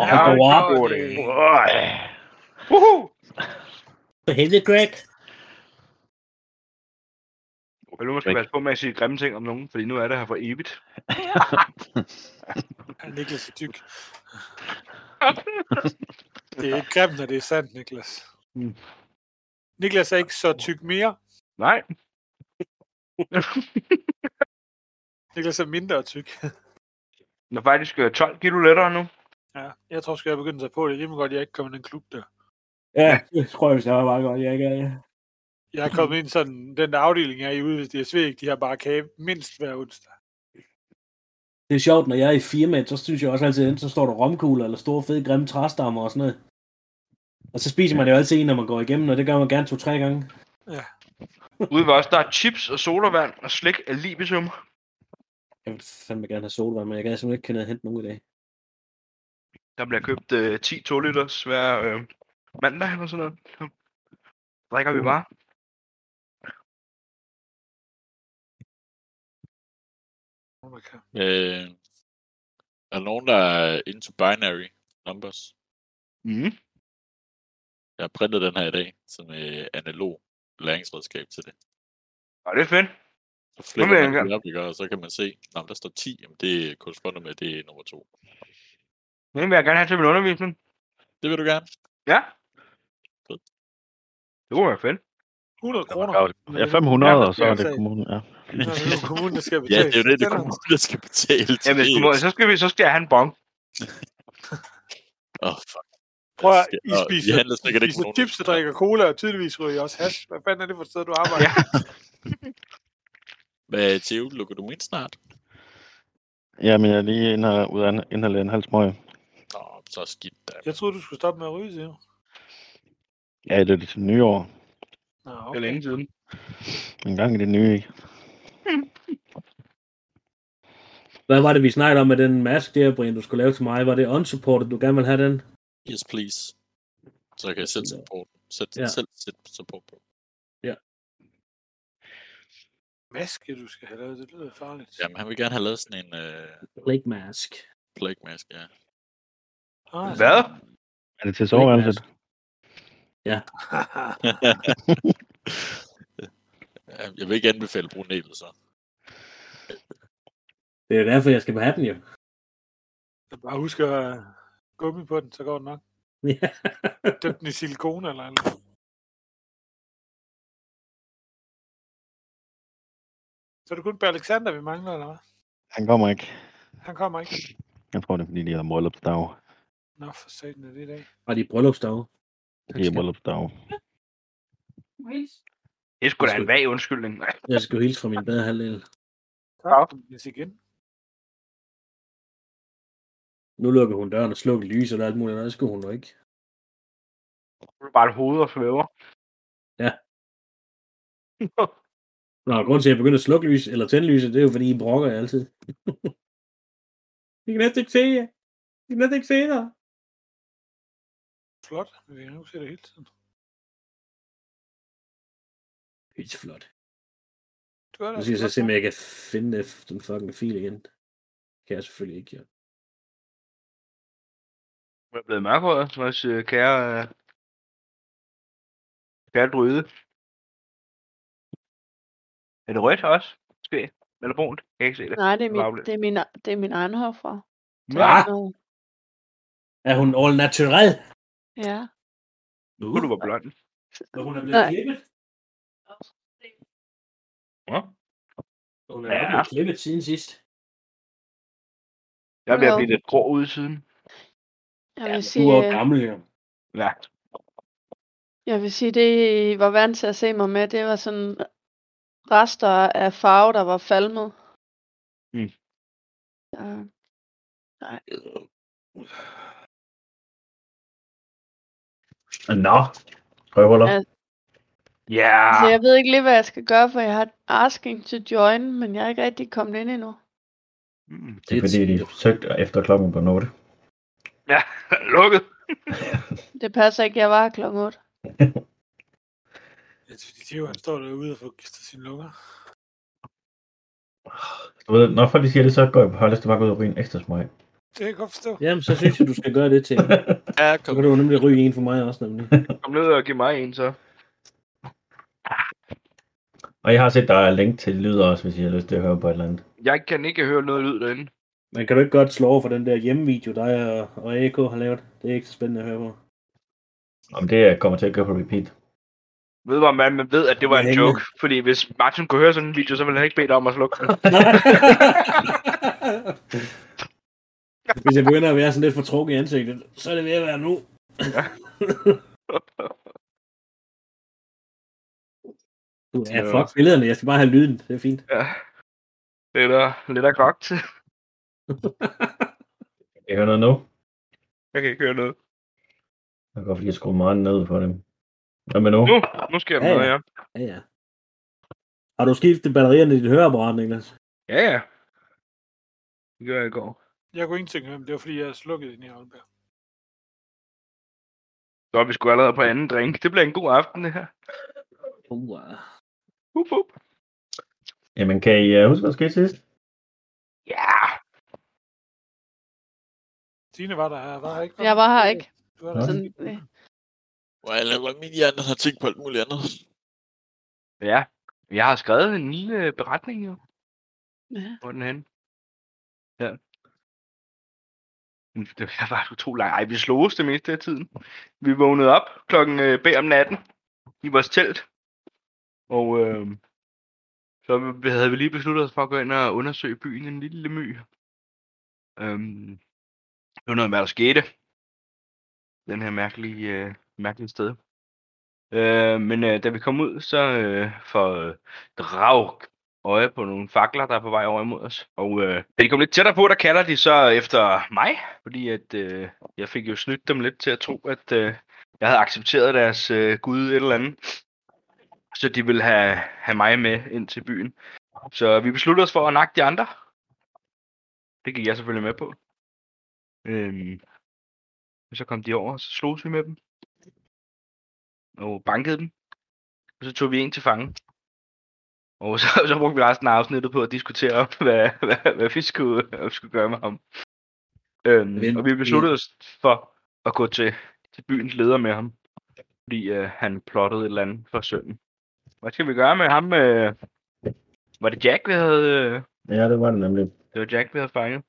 I'll go up. Boy. Woohoo! Behælde, Greg. Jeg nu skal passe på med at sige grimme ting om nogen, fordi nu er det her for evigt. Niklas er tyk. Det er ikke grimt, når det er sandt, Niklas. Mm. Niklas er ikke så tyk mere. Nej, Niklas er mindre tyk. den er faktisk øh, 12 kilo lettere nu. Ja, jeg tror sgu, jeg begynder at tage på det. Det er godt, jeg ikke kommer i den klub der. Ja, det tror jeg, hvis jeg var meget godt. Jeg ikke er det. Jeg er kommet ind i sådan, den der afdeling, jeg er i ude ved DSV, ikke? de har bare kage mindst hver onsdag. det er sjovt, når jeg er i firmaet, så synes jeg også altid, enten så står der romkugler eller store fede grimme træstammer og sådan noget. Og så spiser man det jo altid en, når man går igennem, og det gør man gerne to-tre gange. Ude ved os, der er chips og sodavand og slik af libisum. Jeg vil fandme gerne have solvand, men jeg kan simpelthen ikke kan hente nogen i dag. Der bliver købt øh, 10 2 liters hver øh, mandag eller sådan noget. Så drikker vi bare. Oh my God. Øh, er der nogen, der er into binary numbers? Mm. Jeg har printet den her i dag, som øh, analog læringsredskab til det. Og det er fedt. Så flikker vil jeg man gerne- det op, ikke? og så kan man se, når der står 10, jamen det korresponderer med, at det er nummer 2. Den vil jeg gerne have til min undervisning. Det vil du gerne. Ja. Fedt. Det kunne være fedt. 100 kroner. Ja, 500, Ja, og så ja, er det sag. kommunen. Ja. Så er det jo kommunen, der skal Ja, betale. det er jo det, det Sådan. kommunen, der skal betale. til Jamen, det. sgu, så skal, vi, så skal jeg have en bong. Åh, fuck. Prøv at Det- I og spiser, vi handler I sikkert ikke spiser nogen. chips og drikker cola, og tydeligvis ryger I også hash. Hvad fanden er det for et sted, du arbejder? Ja. Hvad, Theo, lukker du min snart? Jamen, jeg er lige ind og, ud af indhaldet en halv smøg. Nå, så skidt da. Jeg troede, du skulle stoppe med at ryge, siger du. Ja, det er det til nytår. Nå, Det er okay. længe siden. En gang i det nye, ikke? Hvad var det, vi snakkede om med den mask der, Brian, du skulle lave til mig? Var det unsupported, du gerne ville have den? Yes, please. Så kan jeg selv support. Sæt, Ja. ja. selv sæt support på. Maske, du skal have lavet, det lyder farligt. Jamen, han vil gerne have lavet sådan en øh, Blake mask. plague mask, ja. Ah, så- Hvad? Er det til soveværelset? Ja, Jeg vil ikke anbefale at bruge næbet, så. Det er jo derfor, jeg skal have den jo. Jeg bare husker at gummi på den, så går det nok. Ja. Døb den i silikone eller andet. Så er det kun på Alexander, vi mangler, eller hvad? Han kommer ikke. Han kommer ikke. Jeg tror, det er fordi, de har bryllupsdag. Nå, for satan er det i dag. Og de bryllupsdag. De har bryllupsdag. Det skulle da en vag undskyldning. Nej. Jeg skal jo hilse fra min bedre halvdel. Tak, Dennis igen. Nu lukker hun døren og slukker lyset og alt muligt, og det skulle hun jo ikke. Det er bare et hoved og svæver. Ja. Nå, grund til, at jeg begynder at slukke lys, eller tænde lyset, det er jo, fordi I brokker jer altid. Vi kan næsten ikke se jer. Vi kan næsten ikke se dig. Flot. Vi kan nu se det hele tiden. Det er flot. Du er da Nu skal jeg så flot, se, om mand. jeg kan finde den fucking fil igen. Kan jeg selvfølgelig ikke, jo. Hun er blevet mørkhåret, vores øh, kære... Øh, kære druide. Er det rødt også? Måske? Eller brunt? Jeg kan ikke se det. Nej, det er min, Ravle. det er min, det er min egen herfra. Ah! Nå, Er hun all natural? Ja. Nu, Nu du var blond. Hun er blevet Nej. klippet. Ja. Hun er Ja. blevet klippet siden sidst. Jeg bliver Nå. blive lidt grå ude i siden. Jeg vil, Du sige, er jo øh, gammel, jo. Ja. jeg vil sige, det I var vant til at se mig med, det var sådan øh, rester af farve, der var falmet. Mm. Ja. Nej. Nå, prøver du. Ja. Ja. Ah. Altså, jeg ved ikke lige, hvad jeg skal gøre, for jeg har asking to join, men jeg er ikke rigtig kommet ind endnu. Mm. Det er fordi, de søgte efter klokken på 8. Ja, lukket. Det passer ikke, jeg var her klokken 8. Ja, det er fordi Theo, han står derude og får kistet sine lunger. Du ved, når folk de siger det, så går jeg på hold, så bare gå ud og ryge en ekstra smøg. Det kan jeg godt forstå. Jamen, så synes jeg, du skal gøre det til. Ja, Så kom. kan du jo nemlig ryge en for mig også, nemlig. Kom ned og giv mig en, så. Og jeg har set, der er link til lyd også, hvis I har lyst til at høre på et eller andet. Jeg kan ikke høre noget lyd derinde. Men kan du ikke godt slå over for den der hjemmevideo, dig og, og AK har lavet? Det er ikke så spændende at høre på. Om det kommer til at gøre på repeat. Ved man, man, man ved, at det var en Længe. joke. Fordi hvis Martin kunne høre sådan en video, så ville han ikke bede dig om at slukke den. Hvis jeg begynder at være sådan lidt for trukket i ansigtet, så er det ved at være nu. Du er Ja. fuck billederne, jeg skal bare have lyden, det er fint. ja. Lidt af, lidt af godt. Jeg hører noget nu. Jeg kan ikke høre noget. Det er godt, fordi jeg skruer meget ned for dem. Hvad med nu? Mm. Nu, nu sker der Ja, noget, ja. Ja, ja. Har du skiftet batterierne i dit høreapparat, Niklas? Ja, ja. Det gør jeg i går. Jeg kunne ingenting høre, men det var fordi, jeg slukkede den i Holmberg. Så er vi sgu allerede på anden drink. Det bliver en god aften, det her. Uh, Up, up. Jamen, kan I uh, huske, hvad der skete sidst? Ja, Tine var der her, var der ikke? Jeg var her ikke. Du var Nej. der. Sådan, øh, Well, hvor min hjerne har tænkt på alt muligt andet. Ja, jeg har skrevet en lille beretning jo. Ja. Hvor er den henne? Ja. Men Det jeg var utrolig lang. Ej, vi slog os det meste af tiden. Vi vågnede op klokken øh, bag om natten i vores telt. Og øh, så havde vi lige besluttet os for at gå ind og undersøge byen en lille my. Øhm, det var noget med, hvad der skete. Den her mærkelige, øh, mærkelige sted. Øh, men øh, da vi kom ud, så øh, får øh, Drag øje på nogle fakler, der er på vej over imod os. Og øh, da de kom lidt tættere på, der kalder de så efter mig, fordi at øh, jeg fik jo snydt dem lidt til at tro, at øh, jeg havde accepteret deres øh, gud et eller andet. Så de ville have, have mig med ind til byen. Så vi besluttede os for at nakke de andre. Det gik jeg selvfølgelig med på. Øhm, så kom de over, og så slogs vi med dem og bankede dem. Og så tog vi en til fange. Og så, så brugte vi resten af afsnittet på at diskutere, hvad, hvad, hvad vi skulle, hvad vi skulle gøre med ham. Øhm, Men- og vi besluttede os for at gå til, til byens leder med ham. Fordi øh, han plottede et eller andet for sønnen. Hvad skal vi gøre med ham? Øh, var det Jack, vi havde, øh, Ja, det var det nemlig. det var Jack, vi havde fanget?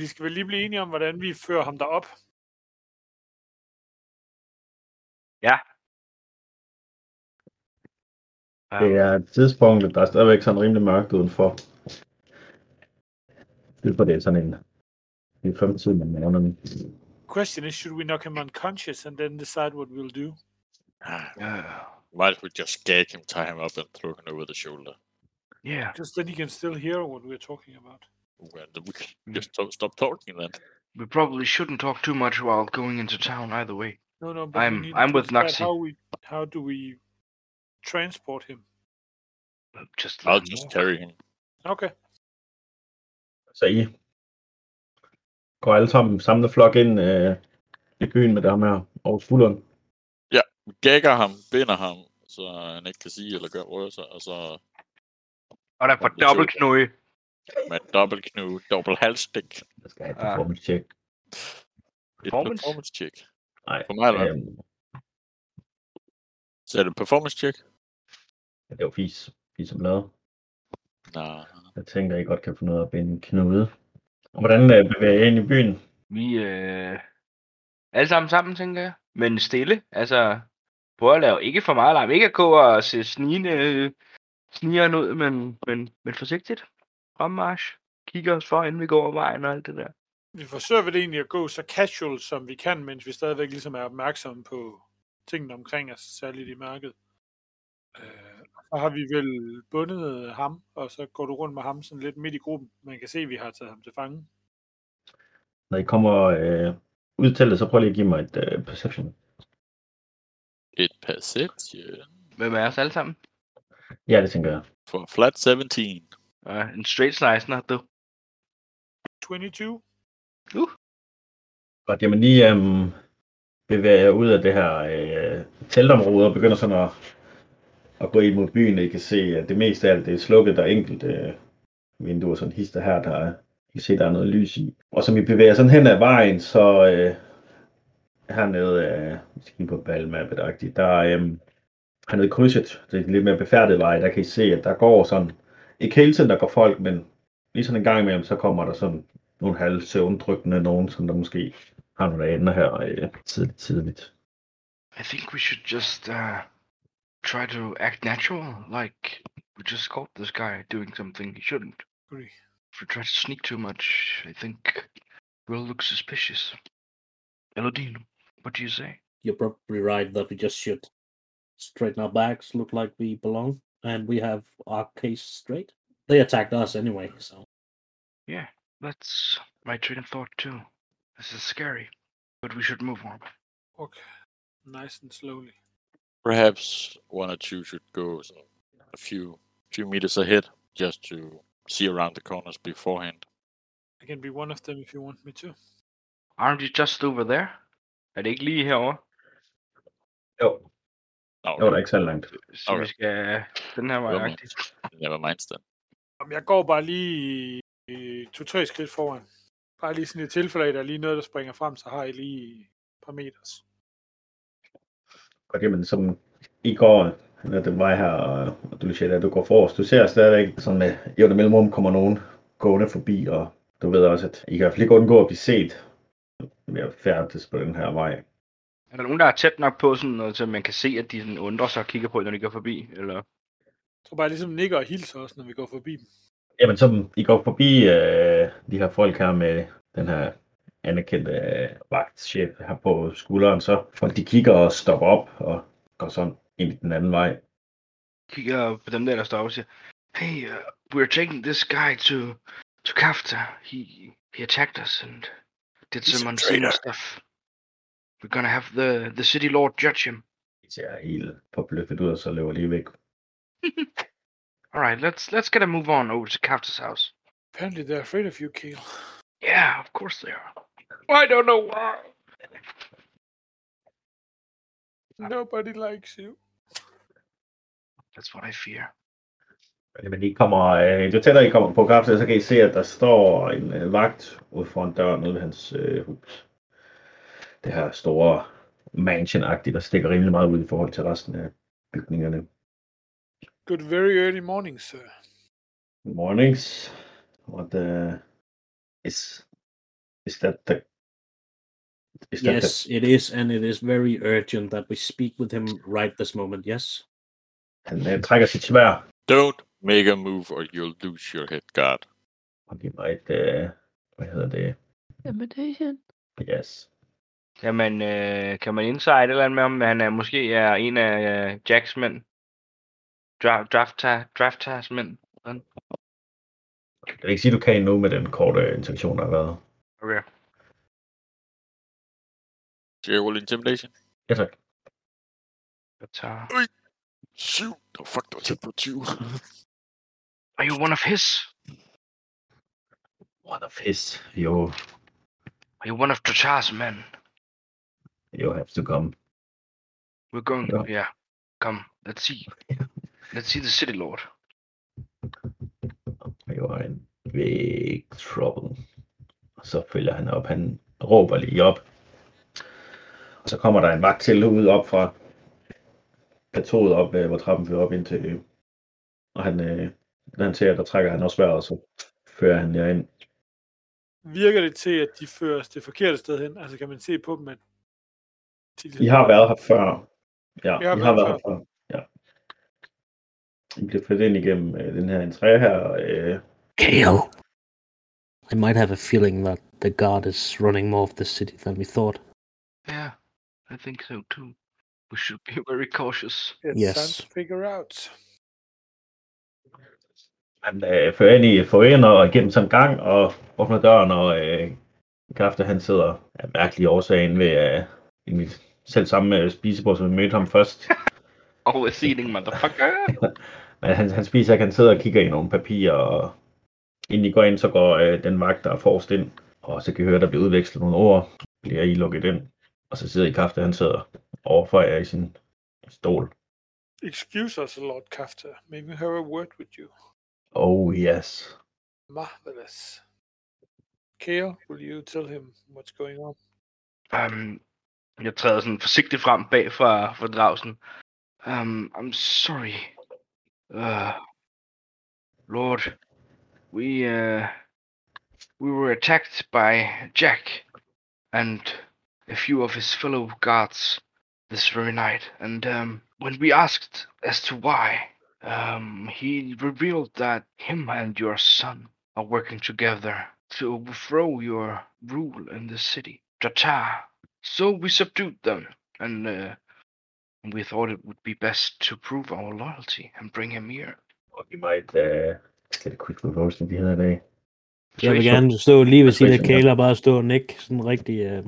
Vi skal vel lige blive enige om, hvordan vi fører ham derop. Ja. Det er tidspunktet, der er stadigvæk sådan rimelig mørkt udenfor. Det er for det er sådan en... Det er fremtiden, man nævner den. Question is, should we knock him unconscious and then decide what we'll do? Ah, Ja. Why don't we just gag him, tie him up, and throw him over the shoulder? Yeah. Just then he can still hear what we're talking about. Well, we Mm. can just to- stop talking then. We probably shouldn't talk too much while going into town either way. No, no, but I'm- we need I'm to with decide Noxy. How we, how do we transport him? Just I'll let him just walk. carry him. Okay. Så I går alle sammen samlet flok ind øh, i byen med dem her over skulderen. Vi gagger ham, binder ham, så han ikke kan sige eller gøre røre sig, og så Og der får Jamen, det er dobbelt knøje. med en dobbelt knude, dobbelt halsstik, Jeg skal have et Ah. performance check. et Performance? performance check. Nej, For mig eller hvad? øhm, Så er det performance check? det er jo fis. Fis som lader. Nej. Jeg tænker, I godt kan finde ud af at binde en knude. Og hvordan øh, bevæger jeg ind i byen? Vi øh, alle sammen sammen, tænker jeg. Men stille. Altså, prøv at lave ikke for meget larm. Ikke at gå og se snigende, øh, snigeren ud, men, men, men forsigtigt. Fremmarsch. Kigger os for, inden vi går over vejen og alt det der. Vi forsøger vel egentlig at gå så casual, som vi kan, mens vi stadigvæk ligesom er opmærksomme på tingene omkring os, særligt i mørket. Øh, og så har vi vel bundet ham, og så går du rundt med ham sådan lidt midt i gruppen. Man kan se, at vi har taget ham til fange. Når I kommer øh, ud til det, så prøv lige at give mig et øh, perception. Et perception Hvem er os alle sammen? Ja, det tænker jeg. for flat 17. Ja, en straight slicer, du. 22? Godt, jamen lige øhm, bevæger jeg ud af det her øh, teltområde og begynder sådan at, at gå ind mod byen. I kan se, at det meste af alt det er slukket. Der er enkelt øh, vinduer sådan hister her, der er kan se, der er noget lys i. Og som vi bevæger sådan hen ad vejen, så øh, hernede, øh, vi skal kigge på balmappet, der øh, hernede i krydset, det er en lidt mere befærdet vej, der kan I se, at der går sådan, ikke hele tiden, der går folk, men lige sådan en gang imellem, så kommer der sådan nogle halv søvndrykkende nogen, som der måske har nogle aner her øh, tidligt, tidligt. I think we should just uh, try to act natural, like we just caught this guy doing something he shouldn't. Agree. If we try to sneak too much, I think we'll look suspicious. Elodine, what do you say? You're probably right that we just should straighten our backs, look like we belong, and we have our case straight. They attacked us anyway, so That's my train of thought too. This is scary, but we should move on. Okay. Nice and slowly. Perhaps one or two should go so a few few meters ahead just to see around the corners beforehand. I can be one of them if you want me to. Aren't you just over there? Er det ikke lige herovre? Jo, Nå, det var da ikke så langt. Så Okay. vi skal den her vej. Jo, men- agtigt? Never mind then. Jamen, jeg går bare lige øh, to-tre skridt foran. Bare lige sådan i tilfælde, af, at der er lige noget, der springer frem, så har I lige et par meters. Godt, jamen, som ligesom i går, når det var her, og og du siger, at du går forrest, du ser stadigvæk, sådan med jo, det mellemrum kommer nogen gående forbi, og du ved også, at I kan i hvert fald ikke undgå at blive set ved at færdes på den her vej. Er der nogen, der er tæt nok på, sådan noget, så man kan se, at de sådan undrer sig og kigger på, når de går forbi? Eller? Så bare ligesom nikker og hilser også, når vi går forbi dem. Jamen, som I går forbi øh, de her folk her med den her anerkendte øh, vagtchef her på skulderen, så folk de kigger og stopper op og går sådan ind i den anden vej. kigger øh, på dem der, der står op og siger, Hey, uh, we're taking this guy to, to Kafta. He, he attacked us and did He's some a unseen traitor." stuff. We're gonna have the, the city lord judge him. De ser helt forbløffet ud, og så løber lige væk. Alright, let's let's get a move on over to Kafta's house. Apparently they're afraid of you, Kiel. Yeah, of course they are. I don't know why. Nobody likes you. That's what I fear. Men I kommer, øh, jo tættere I kommer på Kafta, så kan I se, at der står en øh, vagt ude foran døren ude ved hans øh, hus. Det her store mansion der stikker rimelig meget ud i forhold til resten af bygningerne. Good very early morning, sir. Good mornings. What the is is that the is that yes, the, it is, and it is very urgent that we speak with him right this moment. Yes, han øh, trækker sit svær Don't make a move or you'll lose your head guard. og giver mig et øh, hvad hedder det? Intimidation. Yes. Kan man, øh, kan man insight et eller andet med ham, at han er, måske er en af øh, Jacks mænd? Dra- Drafta, Draftas mænd? Jeg vil ikke sige, du kan endnu med den korte interaktion, der har været. Okay. Skal jeg rulle intimidation? Ja, tak. Jeg tager... 7. Oh, fuck, det var tæt på 20. Are you one of his? What a fist. You, Are you one of Drachar's men? you have to come. We're going. Yeah. Yeah. Come. Let's see. Let's see the city lord. You are in big trouble. Og så følger han op. Han råber lige op. Og så kommer der en vagt til ud op fra plateauet op, øh, hvor trappen fører op ind til. øh, Og han, øh, når han ser, der trækker han også vejret, og så fører han jer ind. Virker det til, at de fører os det forkerte sted hen? Altså, kan man se på dem, at... De I har været her før. Ja, Vi har I har været været her før. Ja. I bliver flyttet ind igennem øh, den her entré her. og, Øh, Kale. I might have a feeling that the guard is running more of the city than we thought. Yeah, I think so too. We should be very cautious. It's Yes. time to figure out. Han øh, fører ind i forener og igennem sådan en gang og åbner døren, og øh, Kafta han sidder af mærkelige årsager inde ved øh, inde i selv samme øh, spisebord, som vi mødte ham først. Always eating, motherfucker. Men han, han spiser ikke, han sidder og kigger i nogle papirer, og inden I går ind, så går øh, den vagt, der er forrest ind, og så kan I høre, der bliver udvekslet nogle ord, bliver I lukket ind, og så sidder I Kafta, han sidder overfor jer i sin stol. Excuse us, Lord Kafta. May we have a word with you? Oh yes. Marvelous. Kære, will you tell him what's going on? Øhm, Um, jeg træder sådan forsigtigt frem bag fra, fra dragsen. Øhm, Um, I'm sorry. Uh, Lord, we uh, we were attacked by Jack and a few of his fellow guards this very night. And um, when we asked as to why, um, he revealed that him and your son are working together to overthrow your rule in the city, Jatar. So we subdued them, and uh, we thought it would be best to prove our loyalty and bring him here. Or he might uh, get a quick reverse, de hedder i dag. Jeg vil Tracer- gerne stå lige ved siden af Persuasion, ja. Kæler og bare stå og nikke sådan rigtig... Øh,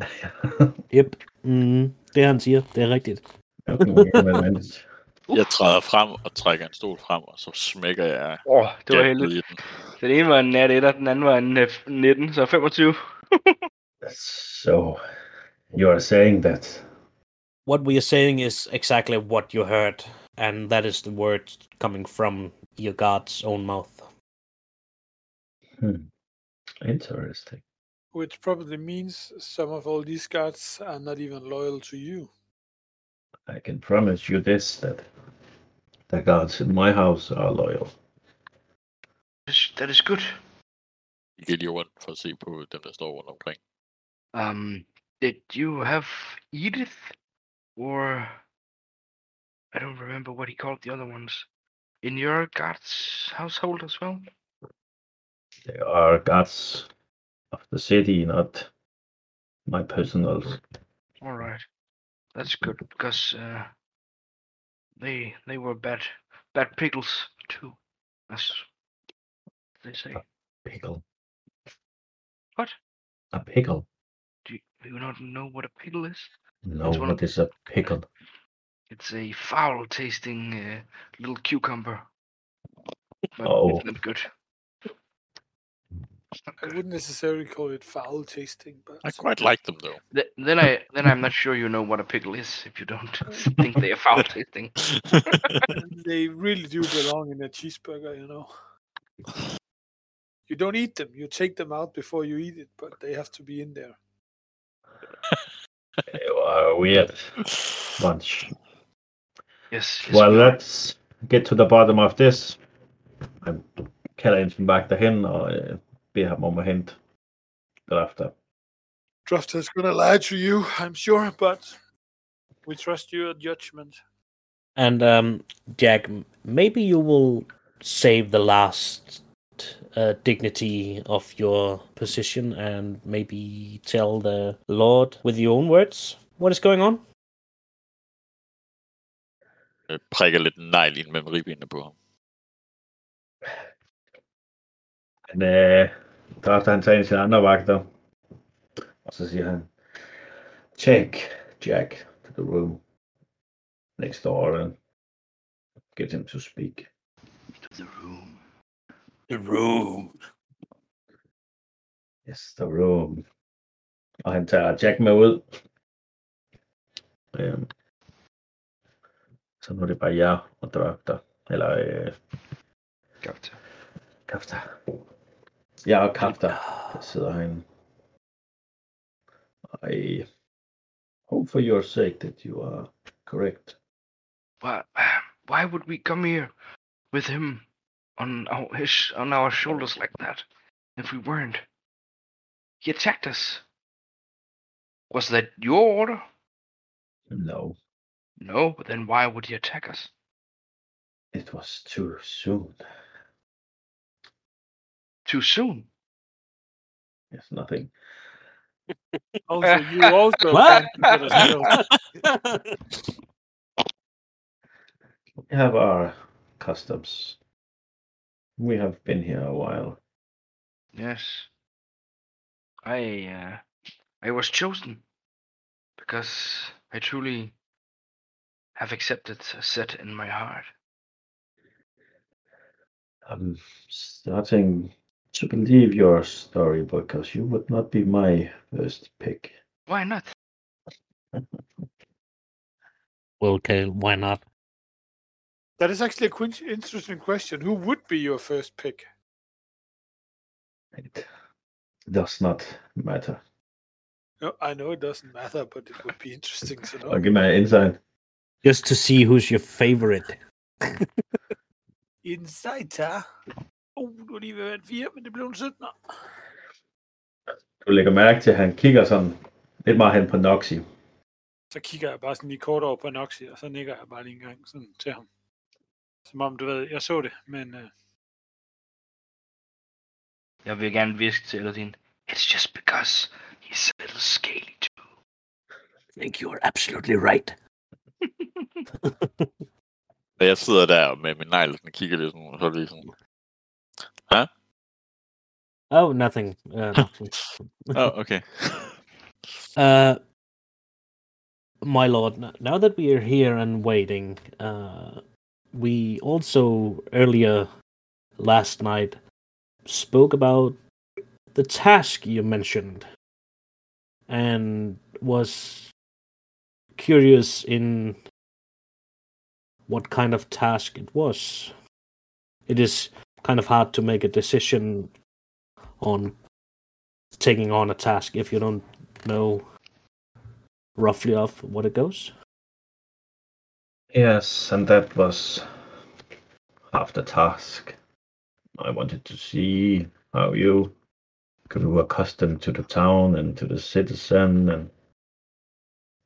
yep. Mm, det han siger, det er rigtigt. Ja, det må gerne være nødvendigt. Jeg træder frem og trækker en stol frem, og så smækker jeg Åh, oh, det var Jack heldigt. ned i den. Den ene var en nat 1, og den anden var en øh, 19, så 25. So, you are saying that what we are saying is exactly what you heard, and that is the word coming from your god's own mouth. interesting. Which probably means some of all these guards are not even loyal to you. I can promise you this that the guards in my house are loyal. Yes, That is good. Jeg giver lige rundt for at se på dem, der står rundt omkring. Um, did you have Edith or I don't remember what he called the other ones in your guard's household as well? They are guards of the city, not my personal. All right, that's good because uh, they they were bad bad pickles too, as they say. Pickle. What? A pickle. Do you, do you not know what a pickle is? No, It's one of what is a pickle? It's a foul-tasting uh, little cucumber. But Oh. it's not good. It's not I good. wouldn't necessarily call it foul tasting, but I quite like them, though. Th- then I then I'm not sure you know what a pickle is if you don't think they are foul tasting. they really do belong in a cheeseburger, you know. You don't eat them, you take them out before you eat it, but they have to be in there. You are a weird bunch. Yes. yes Well, we are. let's get to the bottom of this. Jeg kalder ind som vagter hen og øh, beder ham om at hente derefter. Drafter's gonna lie to you, I'm sure, but we trust your judgment. And um, Jack, m- maybe you will save the last uh, dignity of your position, and maybe tell the Lord with your own words what is going on. Jeg prikker lidt en negl ind mellem ribbenene på ham. Han, øh, derefter han tager ind til sine andre vagter, og så siger han, Take Jack to the room next door and get him to speak. To the room. The room. Yes, the room. Og han tager Jack med ud. Øhm. Så nu er det bare jer og Drakter. Eller øh, Gotcha. Kafta. Jeg og Kafta der sidder herinde. I hope for your sake that you uh, are correct. Why why would we come here with him on our his, on our shoulders like that if we weren't? He attacked us. Was that your order? No, No. But then why would he attack us? it was too soon. Too soon. Yes, nothing. Oh. Also, Altså, you also What? can't put us down. We have our customs. We have been here a while. Yes. I uh, I was chosen because I truly have accepted a set in my heart. I'm starting to believe your story because you would not be my first pick. Why not? Well, Kale, why not? That is actually a quin- interesting question. Who would be your first pick? It does not matter. No, I know it doesn't matter, but it would be interesting to know. I'll give my insight. Just to see who's your favorite. Insighter. Oh, du har lige været fire, men det blev en 17. Du lægger mærke til, at han kigger sådan lidt meget hen på Noxy. Så kigger jeg bare sådan lige kort over på Noxy, og så nikker jeg bare lige en gang sådan til ham. Som om, du ved, jeg så det, men uh, Jeg vil gerne viske til Aladdin. It's just because he's a little scaly too. I think you're absolutely right. Da jeg sidder der med min negl, sådan, og kigger lidt sådan, og så lige sådan, Oh, nothing. Uh, nothing. oh, okay. Uh, my lord, n- now that we are here and waiting, uh, we also earlier last night spoke about the task you mentioned and was curious in what kind of task it was. It is kind of hard to make a decision on taking on a task if you don't know roughly of what it goes. Yes, and that was half the task. I wanted to see how you could be accustomed to the town and to the citizen, and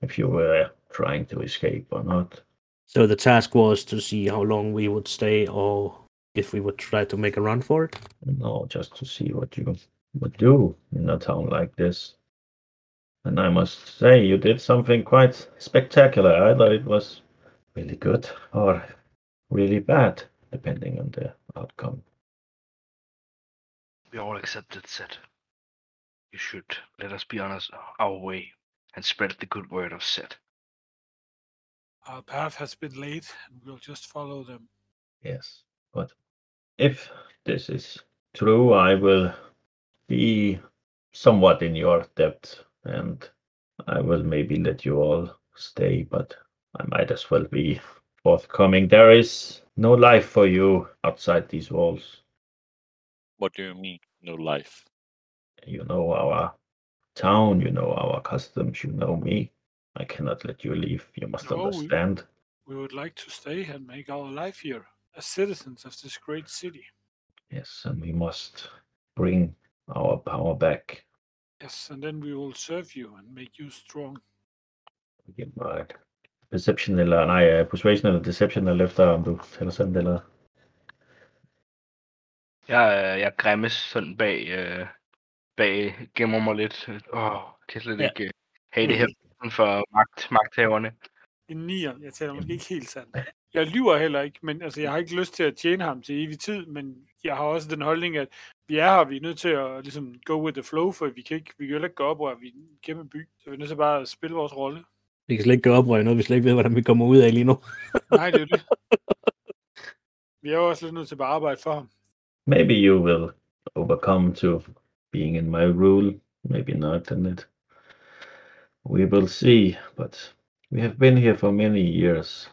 if you were trying to escape or not. So the task was to see how long we would stay or if we would try to make a run for it. No, just to see what you would do in a town like this. And I must say, you did something quite spectacular. Either it was really good or really bad, depending on the outcome. We all accepted that. You should let us be on us, our way and spread the good word of Set. our path has been laid, and we'll just follow them. Yes, but if this is true, I will be somewhat in your debt and I will maybe let you all stay, but I might as well be forthcoming. There is no life for you outside these walls. What do you Øhm, mean, no life? You know our town, you know our customs, you know me. I cannot let you leave. You must No, we- understand. We would like to stay and make our life here as citizens of this great city. Yes, and we must bring our power back. Yes, and then we will serve you and make you strong. Giv mig et perception eller, nej, øh, persuasion eller deception, eller efter om du tæller sådan eller... Jeg, øh, jeg grimmes sådan bag, øh, bag gemmer mig lidt. Åh, kan slet Ja. ikke øh, have det her for magt, magthaverne. En nier. Jeg taler måske ikke helt sandt. Jeg lyver heller ikke, men altså, jeg har ikke lyst til at tjene ham til evig tid, men jeg har også den holdning, at vi er her, vi er nødt til at ligesom, go with the flow, for vi kan ikke, vi kan heller ikke gå op, og vi er en kæmpe by, så vi er nødt til bare at spille vores rolle. Vi kan slet ikke gøre oprør i noget, vi slet ikke ved, hvordan vi kommer ud af lige nu. Nej, det er jo det. Vi er jo også lidt nødt til bare at arbejde for ham. Maybe you will overcome to being in my rule, maybe not, and it. We will see, but we have been here for many years.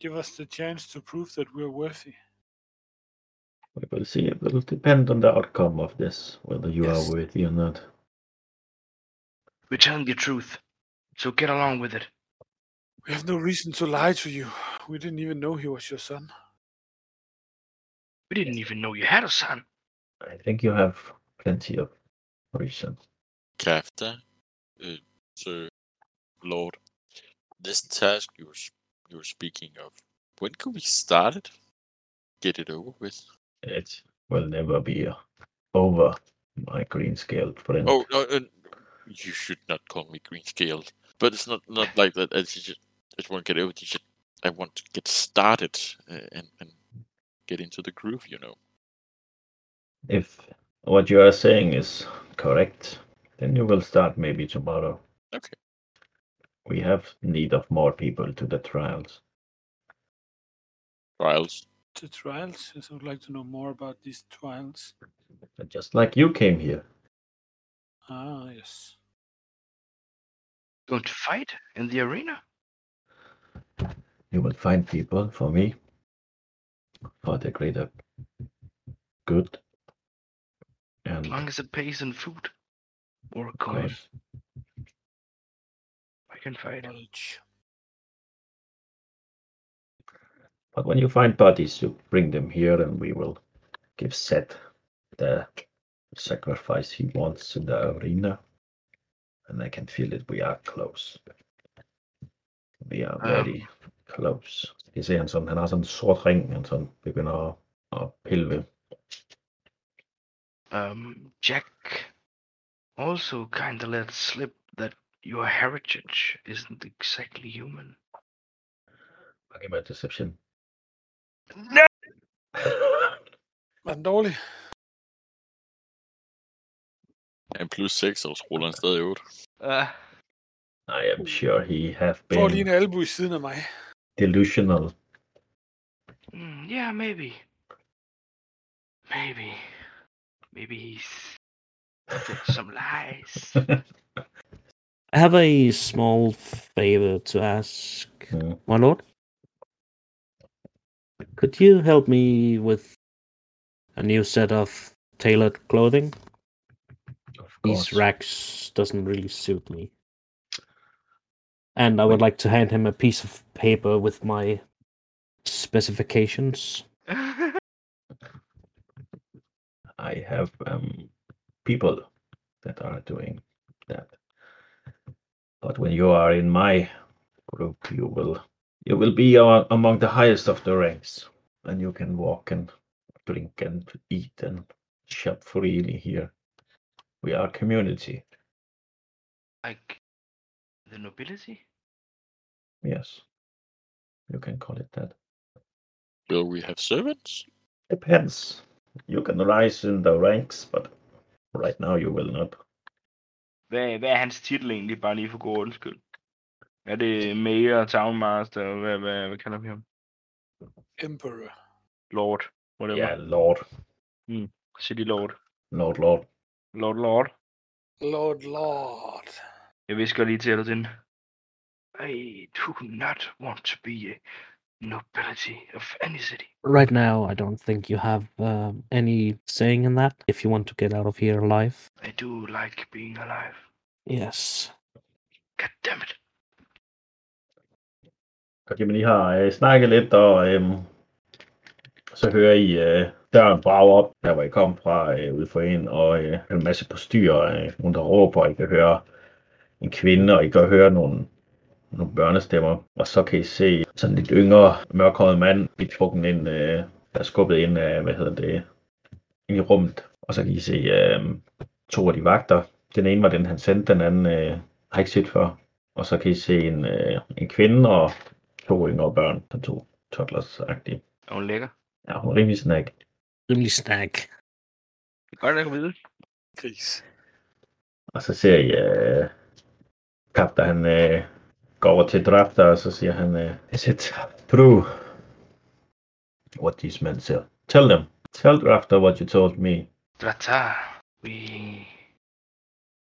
Give us the chance to prove that we're worthy. We will see. It will depend on the outcome of this, whether you Yes. are worthy or not. We're telling the truth, so get along with it. We have no reason to lie to you. We didn't even know he was your son. We didn't even know you had a son. I think you have plenty of reason. Kafta uh, to Lord, this task you were, s- you were speaking of, when could we start it? Get it over with? It will never be uh, over, my green scaled friend. Oh, no, uh, you should not call me green scaled. But it's not not like that. It's just, I just want to get over. It's just, I want to get started uh, and and get into the groove. You know. If what you are saying is correct, then you will start maybe tomorrow. Okay. We have need of more people to the trials. Trials. The trials. Yes, I would like to know more about these trials. And Just like you came here. Ah, yes. Going to fight in the arena? You will find people for me, for the greater good. And long as it pays in food or coin, course. I can fight. Knowledge. But when you find bodies, you bring them here and we will give Set the sacrifice he wants in the arena. And I can feel it. We are close. Vi er very close. I kan se, han, sådan, han har sådan en sort ring, han sådan begynder at, at pille ved. Um, Jack also kind of let slip that your heritage isn't exactly human. Han giver mig en deception. No! Er den dårlig? En plus 6, og så ruller han stadig 8. Uh, I am sure he have Får lige en been albu i siden af mig. delusional. mm, yeah, maybe. Maybe. Maybe he's said some lies. I have a small favor to ask, Mm. my lord. Could you help me with a new set of tailored clothing? Of These course. racks doesn't really suit me. And I would like to hand him a piece of paper with my specifications. I have um, people that are doing that. But when you are in my group, you will you will be a- among the highest of the ranks, and you can walk and drink and eat and shop freely here. We are community. like the nobility? Yes, you can call it that. Will we have servants? Depends. You can rise in the ranks, but right now you will not. Hvad, hvad er hans titel egentlig, bare lige for god ordens skyld? Er det Mayor, Townmaster, hvad, hvad, hvad kalder vi ham? Emperor. Lord, whatever. Mm, Yeah, Lord, City Lord. Lord, Lord. Lord, Lord. Lord, lord. Jeg visker lige til dig den. I do not want to be a nobility of any city. Right now, I don't think you have um any saying in that. If you want to get out of here alive, I do like being alive. yes. God damn it. Godt, jamen I har øh, snakket lidt, og øhm, så hører I øh, døren brage op, der hvor I kom fra øh, ude for en, og øh, en masse på styr, øh, nogen der råber, og I kan høre en kvinde, og I kan høre nogle, nogle børnestemmer. Og så kan I se sådan lidt yngre, mørkhåret mand, i trukken ind, øh, der er skubbet ind af, hvad hedder det, ind i rummet. Og så kan I se øh, to af de vagter. Den ene var den, han sendte, den anden øh, har jeg ikke set før. Og så kan I se en, øh, en kvinde og to yngre børn, sådan to toddlers-agtige. Er hun lækker? Ja, hun er rimelig snack. Rimelig snack. Det er godt, jeg kan vide. Gris. Og så ser jeg øh, Kap, der han øh, går over til Drafter, og så siger han, øh, Is it true what these men said? Tell them. Tell Drafter what you told me. Drata. We...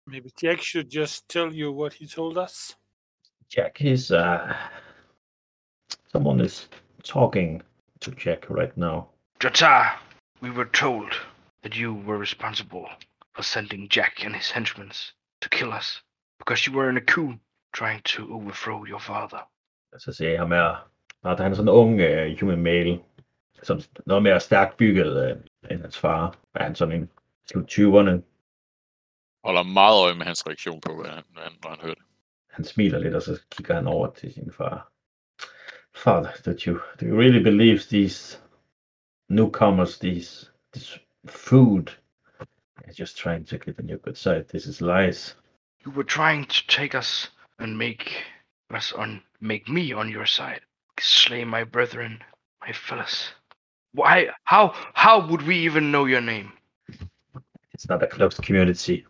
Maybe Jack should just tell you what he told us. Jack is, uh, someone is talking to Jack right now. Drata, we were told that you were responsible for sending Jack and his henchmen to kill us because you were in a coup trying to overthrow your father. Og så ser jeg ham her. Og han er sådan en ung uh, human male, som noget mere stærkt bygget uh, end hans far. Er han sådan en slut 20'erne, Holder meget øje med hans reaktion på, hvad han, når han, når han hører det. han smiler lidt, og så kigger han over til sin far. Father, that you, do you really believe these newcomers, these, this food, they're just trying to get on your good side. This is lies. You were trying to take us and make us on make me on your side. Slay my brethren, my fellas. Why how how would we even know your name? It's not a closed community.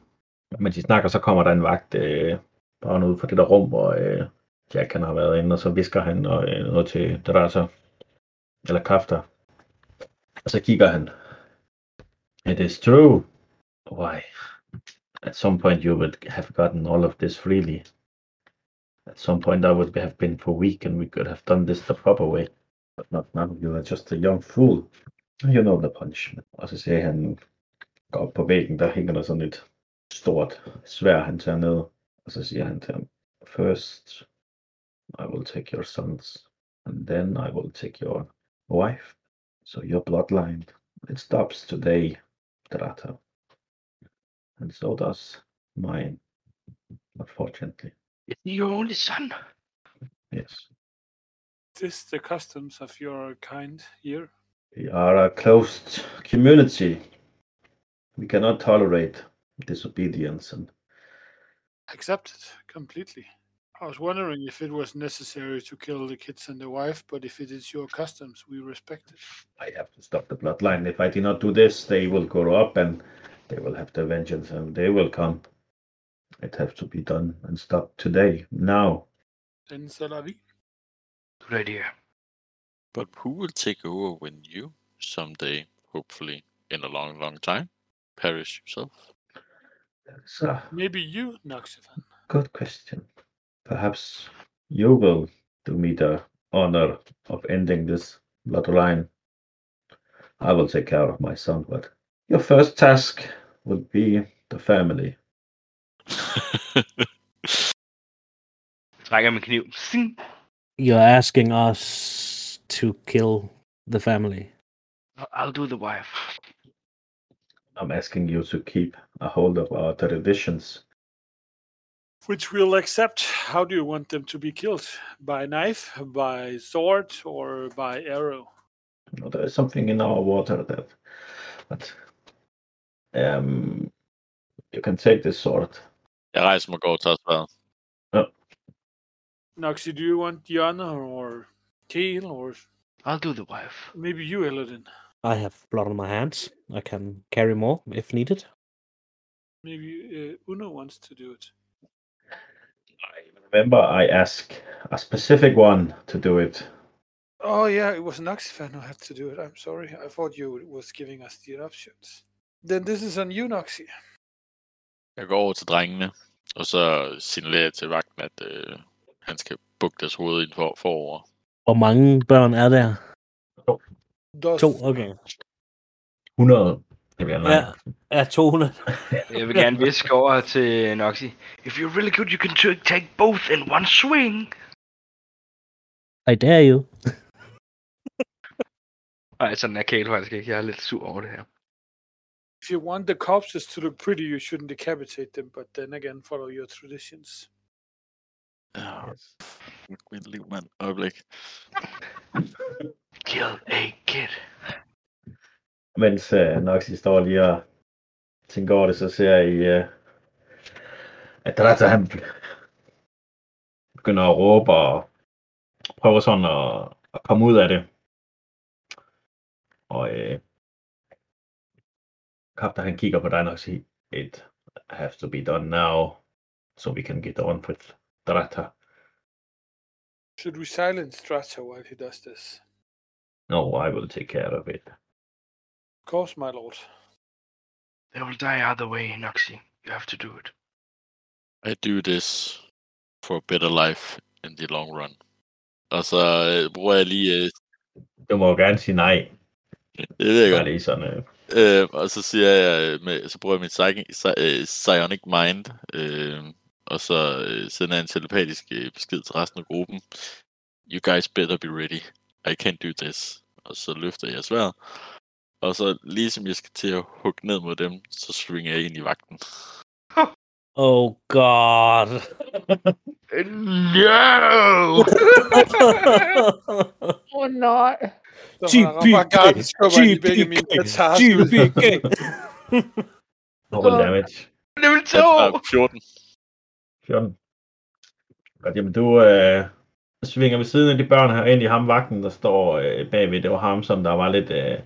Men de snakker, så kommer der en vagt øh, bare ud fra det der rum, hvor øh, Jack han har været inde, og så visker han og, øh, noget til Drasser, eller kræfter. Og så kigger han. It is true. Why? At some point you would have gotten all of this freely. At some point I would have been for weak and we could have done this the proper way. But not now, you are just a young fool. You know the punishment. Og så siger han, går op på væggen, der hænger der sådan et stort svær, han tager ned. Og så siger han til ham, First I will take your sons, and then I will take your wife. So your bloodline, it stops today, Drata. And so does mine, unfortunately. It's your only son. Yes. This the customs of your kind here. We are a closed community. We cannot tolerate disobedience and Accepted completely. I was wondering if it was necessary to kill the kids and the wife, but if it is your customs, we respect it. I have to stop the bloodline. If I do not do this, they will grow up and they will have their vengeance and they will come. It has to be done and stopped today, now. Then c'est la vie. Good idea. But who will take over when you, someday, hopefully, in a long, long time, perish yourself? That's uh, a Maybe you, Noxivan. good question. Perhaps you will do me the honor of ending this bloodline. I will take care of my son, but your first task will be the family. Trækker med kniv. Zing. You're asking us to kill the family. I'll do the wife. I'm asking you to keep a hold of our traditions. Which we'll accept. How do you want them to be killed? By knife, by sword, or by arrow? You know, there is something in our water that, but um, you can take this sword. Jeg rejser mig og går og tager svaret. Noxy, do you want the honor or kill, or I'll do the wife. maybe you, Elodin? I have blood on my hands. I can carry more if needed. Maybe uh, Uno wants to do it. I remember I asked a specific one to do it. Oh yeah, it was Noxifan who had to do it. I'm sorry. I thought you was giving us the options. Then this is on you, Noxy. Jeg går over til drengene, og så signalerer jeg til vagten, at øh, han skal bukke deres hoved ind for, forover. Hvor mange børn er der? Does To, okay. 100. Det vil jeg Ja, ja 200. Jeg vil gerne viske over til Noxy. If you're really good, you can t- take both in one swing. I dare you. Nej, sådan er Kæle faktisk ikke. Jeg er lidt sur over det her. if you want the corpses to look pretty, you shouldn't decapitate them. But then again, follow your traditions. Ah, fuck, min liv, mand. Øjeblik. Kill a kid. Mens øh, Noxy står lige og tænker over det, så ser I, øh, at Drata han begynder at råbe og prøver sådan at, at komme ud af det. Og øh, Kapter han kigger på dig, Noxy. It has to be done now, so we can get on with Drata. Should we silence Strata while he does this? No, I will take care of it. Of course, my lord. They will die either way, Noxy. You have to do it. I do this for a better life in the long run. Og så øh, bruger jeg lige... Øh, Du må jo gerne sige nej. det ved jeg Bare godt. lige sådan, øh, Øh, og så siger jeg, øh, med, så bruger jeg mit psychic, psi- øh, psionic mind, øh, og så øh, sender jeg en telepatisk øh, besked til resten af gruppen. You guys better be ready. I can't do this. Og så løfter jeg sværet. Og så ligesom jeg skal til at hugge ned mod dem, så svinger jeg ind i vagten. Oh god. No! Åh oh, nej. oh Ramagarden skubber ind i begge mine katarser. roll Åh. damage. det vil Jeg tager 14. 14. Godt, jamen du øh, svinger ved siden af de børn her ind i ham vagten, der står øh, bagved. Det var ham, som der var lidt øh,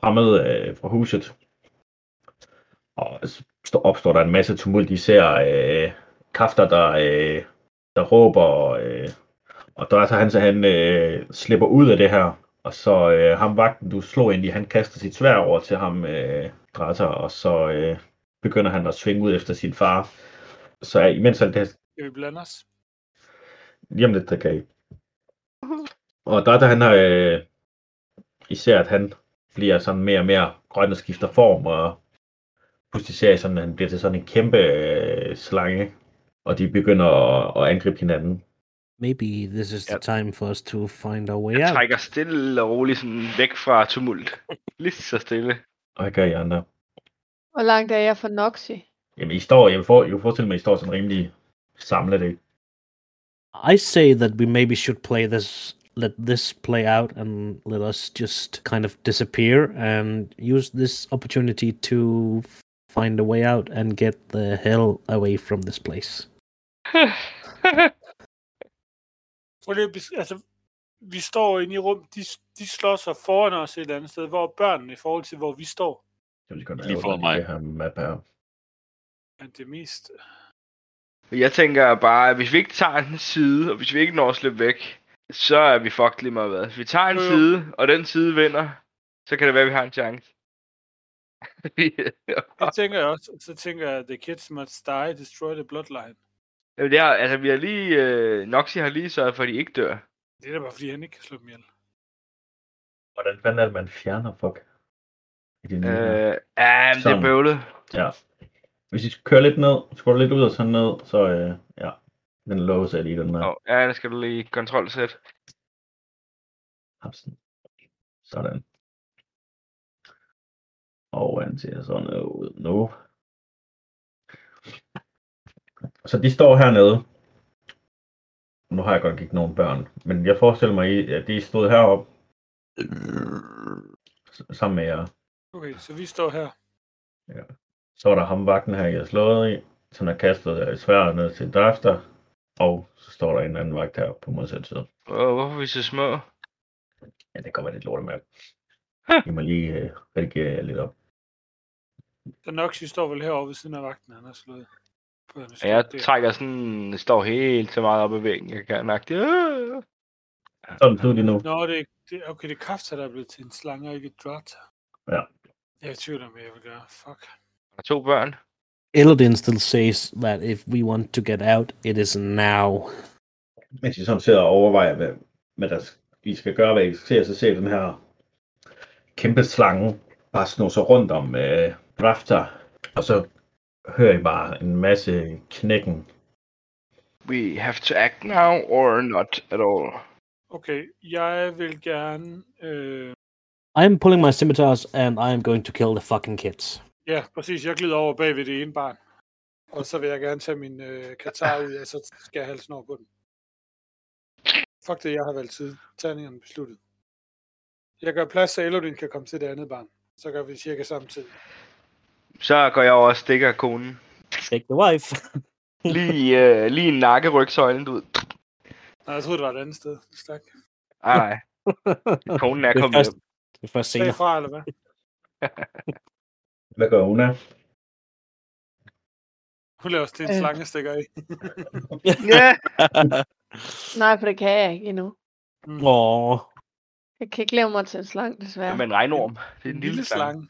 fremmed øh, fra huset. Og så st- opstår der en masse tumult, især øh, kræfter, der, øh, der råber. Og, øh, og der er så han, så han øh, slipper ud af det her. Og så øh, ham vagten, du slog ind i, han kaster sit svær over til ham, øh, Drasser, og så øh, begynder han at svinge ud efter sin far. Så er- imens alt det her Skal vi blande os? lige om lidt drikker I. Og Dada, han har øh, især, at han bliver sådan mere og mere grøn og skifter form, og pludselig ser jeg sådan, at han bliver til sådan en kæmpe øh, slange, og de begynder at, at angribe hinanden. Maybe this is the Ja. time for us to find our way Jeg out. trækker stille og roligt sådan væk fra tumult. Lige så stille. Og hvad gør I andre? Hvor langt er jeg fra Noxy? Jamen, I står, jeg får, jeg kan forestille mig, at I står sådan rimelig samlet, ikke? I say that we maybe should play this, let this play out, and let us just kind of disappear and use this opportunity to find a way out and get the hell away from this place. Prøv lige at bes- altså, vi står inde i rum, de, de slår sig foran os et eller andet sted, hvor er børnene i forhold til, hvor vi står, Jeg vil godt Lige foran mig. Det her map her. er det mest... Jeg tænker bare, at hvis vi ikke tager en side, og hvis vi ikke når at slippe væk, så er vi fucked lige meget hvad. Hvis vi tager en Jo, jo. side, og den side vinder, så kan det være, at vi har en chance. Det tænker jeg også. Så tænker jeg, the kids must die, destroy the bloodline. Jamen, det er, altså, vi har lige, øh, Noxy har lige sørget for, at de ikke dør. Det er da bare, fordi han ikke kan slå dem ihjel. Hvordan fanden er det, man fjerner fuck? I det nye her? Øh, ja, men det er Mm. Sådan. bøvlet. Ja. Hvis I kører lidt ned, scroller lidt ud og sådan ned, så øh, ja, den låser jeg lige den der. Nå, Ja, der skal du lige kontrolsæt. Hapsen. Sådan. Og han ser sådan ud nu. Så de står hernede. Nu har jeg godt ikke nogen børn, men jeg forestiller mig, at de stod heroppe s- sammen med jer. Okay, så vi står her. Så var der ham vagten her, jeg har slået i, som har kastet øh, sværet ned til drafter. Og så står der en anden vagt her på modsatte side. Åh, hvorfor er vi så små? Ja, det kommer lidt lortet med. Jeg må lige øh, redigere jer lidt op. Så Noxy står vel herovre ved siden af vagten, han har slået. På hans Ja, jeg der. trækker sådan, står helt så meget op ad væggen, jeg kan mærke det. Øh. Sådan stod de nu. Nå, det, det, okay, det er Kafta, der er blevet til en slange, og ikke et drat. Ja. Jeg er i tvivl om, hvad jeg vil gøre. Fuck. Og to børn. Illidan still says that if we want to get out, it is now. mens I sådan sidder og overvejer, hvad, hvad der, s- I skal gøre, hvad I skal se, så ser I den her kæmpe slange bare sno sig rundt om øh, drafter, og så hører I bare en masse knækken. We have to act now or not at all. Okay, jeg vil gerne... Øh, I am pulling my scimitars and I am going to kill the fucking kids. ja, præcis, jeg glider over bag ved det ene barn. Og så vil jeg gerne tage min øh, katar ud, og så skal jeg halsen over på den. Fuck det, jeg har valgt side. Terningerne besluttet. Jeg gør plads, så Elodin kan komme til det andet barn. Så gør vi cirka samtidig. Så går jeg over og stikker konen. Take the wife. Lige, øh, lige en nakkerygsøjlen ud. Nej, jeg troede, det var et andet sted. Stak. Ej, nej. Konen er Det er kommet først- hjem. Det er først senere. Bagfra, eller hvad? Hvad gør Una? Hun laver også til en Øh. slange, stikker i. Ja. Nej, for det kan jeg ikke endnu. Aww. Jeg kan ikke lave mig til en slange, desværre. Men regnorm. Det er En lille slange.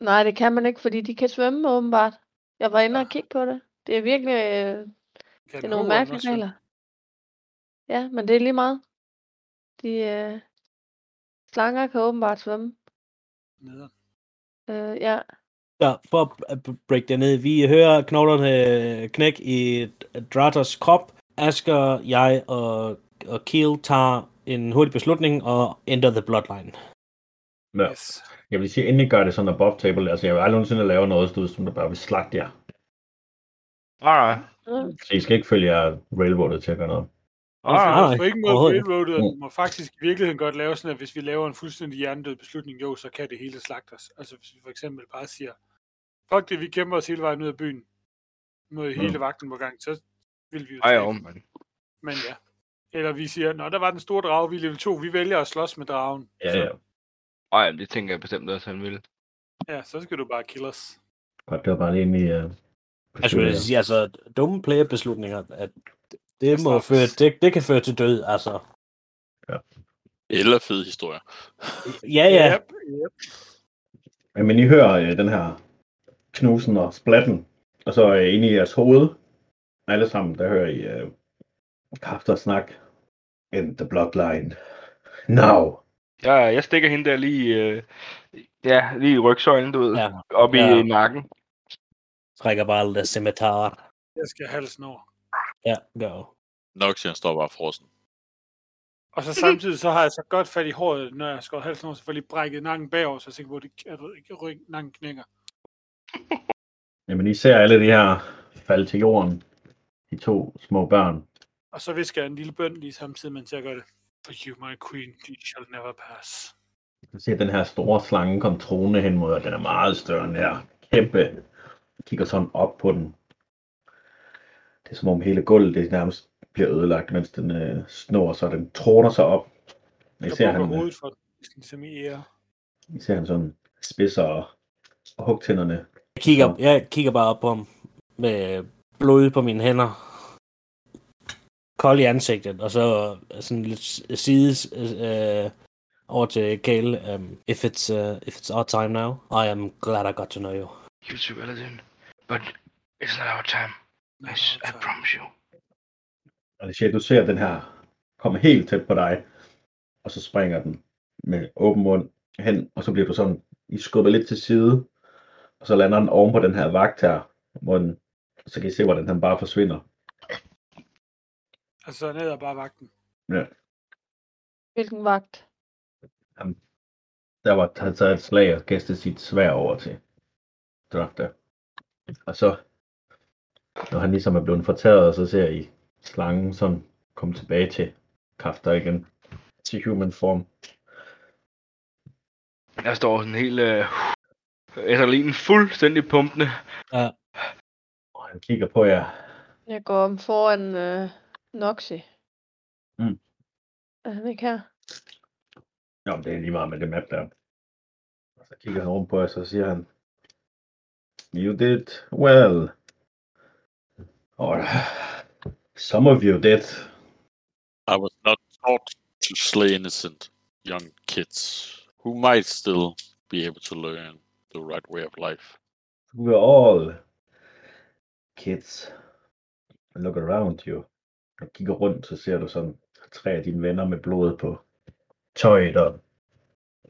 Nej, det kan man ikke, fordi de kan svømme åbenbart. Jeg var inde og kigge på det. Det er virkelig øh, Ah. Kan det er nogle kobra mærkelige også? regler. Ja, men det er lige meget. De øh, slanger kan åbenbart svømme. Nederen. Øh, ja, Ja, for at b- break det ned. Vi hører knoglerne øh, knæk i Dratas krop. Asger, jeg og, og Kiel tager en hurtig beslutning og enter the bloodline. Nå, Yes. jeg vil sige, endelig gør det sådan, at Bob Table, altså jeg vil aldrig nogensinde lave noget, stod, som der bare vil slagte jer. Alright. Mm, Så I skal ikke følge jer railroadet til at gøre noget. Ah, Ah, Alright. På ingen måde overhovedet ikke. railroadet, Mm. mm. må faktisk i virkeligheden godt lave sådan, at hvis vi laver en fuldstændig hjernedød beslutning, jo, så kan det hele slagtes. Altså hvis vi for eksempel bare siger, fuck det, vi kæmper os hele vejen ud af byen, mod hele vagten på gang, så vil vi jo Ej, tabe. jo, mand. Men ja. Eller vi siger, nå, der var den store drage, vi er level 2, vi vælger at slås med dragen. Ja, så, ja. Ej, men det tænker jeg bestemt også, han ville. ja, så skal du bare kill os. Godt, det var bare lige ind i... Øh, Altså, Jeg skulle sige, altså, dumme playerbeslutninger, at det, må Snaps. føre, det, det kan føre til død, altså. Eller fed historie. Ja, ja. Yep, yep. Ja, men I hører øh, den her knusen og splatten, og så øh, inde i jeres hoved, alle sammen, der hører I øh, kræfter snak. In the bloodline. Now. Ja, jeg stikker hende der lige, øh, ja, lige i rygsøjlen, du ved. Ja. Op i Ja. nakken. Trækker bare alt det scimitar. Jeg skal halsen over. Ja, gør. Noxian står bare frossen. Og så samtidig så har jeg så godt fat i håret, når jeg skår halsen over, så får jeg lige brækket nakken bagover, så jeg er sikker på, at, det, at ryg- ryg, nakken knækker. Jamen, I ser alle de her falde til jorden. De to små børn. Og så visker jeg en lille bøn lige samtidig, mens jeg gør det. For you, my queen, you shall never pass. Du ser den her store slange komme troende hen mod, og den er meget større end her. Kæmpe. Kigger sådan op på den. Det er som om hele gulvet det nærmest bliver ødelagt, mens den øh, snor, så den tråner sig op. Og I Jeg ser, bukker han, øh, hovedet for den, ligesom i ære. I ser han sådan spidser og, og hugtænderne. Jeg kigger, jeg kigger bare op på ham med blod på mine hænder. Kold i ansigtet, og så øh, sådan lidt sides øh, over til Kale. Um, if, it's, uh, if it's our time now, I am glad I got to know you. You too, Aladdin. But it's not our time. I, s- I promise you. Og det siger, du ser den her komme helt tæt på dig, og så springer den med åben mund hen, og så bliver du sådan, I skubber lidt til side, og så lander den oven på den her vagt her, hvor den, så kan I se, hvordan den bare forsvinder. Altså, ned og bare vagten. Hvilken vagt? der var han taget et slag og kastet sit svær over til Dracta. Og så, når han ligesom er blevet fortæret, så ser I slangen som komme tilbage til kræfter igen. Til human form. Jeg står sådan helt... Øh, adrenalin fuldstændig pumpende. Og han kigger på jer. Jeg går om foran øh, Noxy. Mm. Er han ikke her? Nå, men det er lige meget med det map der. Og så kigger han rundt på jer, så siger han, You did well. Or, some of you did. I was not taught to slay innocent young kids who might still be able to learn the right way of life. We're all kids. Look around you. Når du kigger rundt, så ser du sådan tre af dine venner med blod på tøjet og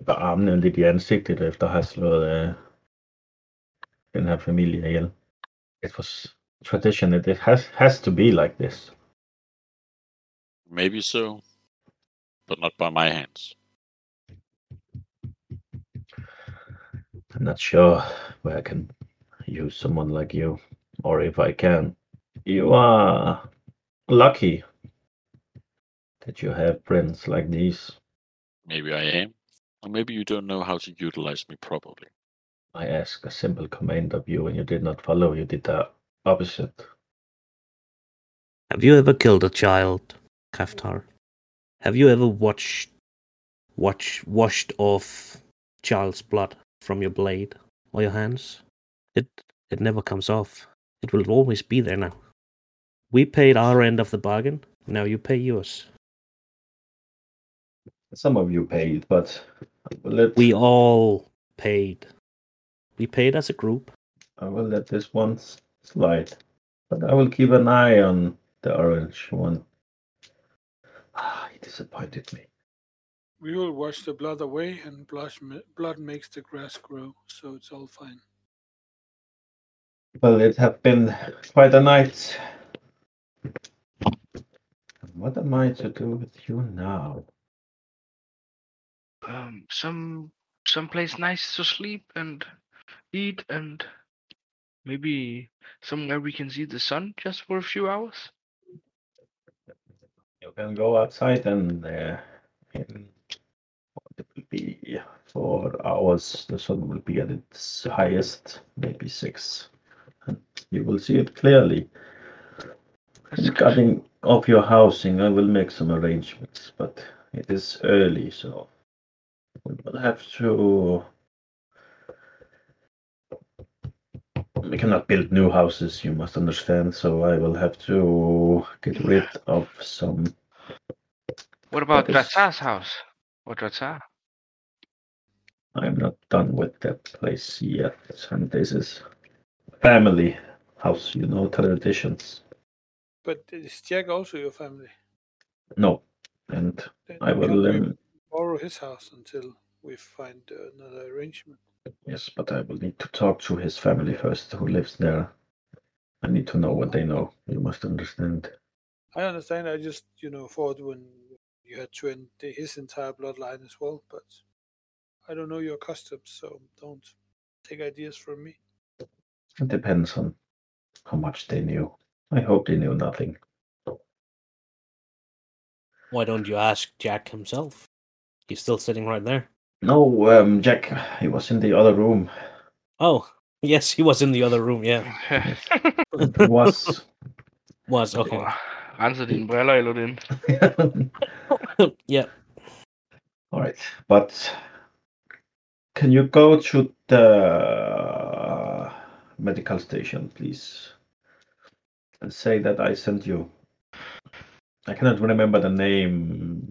på armene og lidt i ansigtet, efter at have slået øh, den her familie ihjel. It was tradition. It has, has to be like this. Maybe so, but not by my hands. I'm not sure where I can use someone like you, or if I can. You are lucky that you have friends like these. Maybe I am, or maybe you don't know how to utilize me properly. I asked a simple command of you and you did not follow. You did the opposite. Have you ever killed a child, Kaftar? Have you ever watched, watch, washed off child's blood from your blade or your hands? It it never comes off. It will always be there now. We paid our end of the bargain. Now you pay yours. Some of you paid, but I will let, We all paid. We paid as a group. I will let this one s- slide. But I will keep an eye on the orange one. Ah, he disappointed me. We will wash the blood away, and blush, blood makes the grass grow, so it's all fine. Well, it have been quite a night. What am I to do with you now? Um, some someplace nice to sleep and eat and maybe somewhere we can see the sun just for a few hours. You can go outside and uh, in what it will be four hours. The sun will be at its highest, maybe six. And you will see it clearly. That's good. Regarding of your housing, I will make some arrangements, but it is early, so we will have to. We cannot build new houses, you must understand, so I will have to get rid of some What about That is- Dratar's house? Or Dratar? I'm not done with that place yet. And this is family house, you know, traditions. But is Jack also your family? No. And Then I can will we um, borrow his house until we find another arrangement. Yes, but I will need to talk to his family first, who lives there. I need to know what they know. You must understand. I understand. I just, you know, thought when you had to end the- his entire bloodline as well, but I don't know your customs, so don't take ideas from me. It depends on how much they knew. I hope they knew nothing. Why don't you ask Jack himself? He's still sitting right there. No, um, Jack, he was in the other room. Oh, yes, he was in the other room. Yeah, He was. was okay. Renser dine briller, Elodin. yeah, All right, but can you go to the medical station, please? And say that I sent you. I cannot remember the name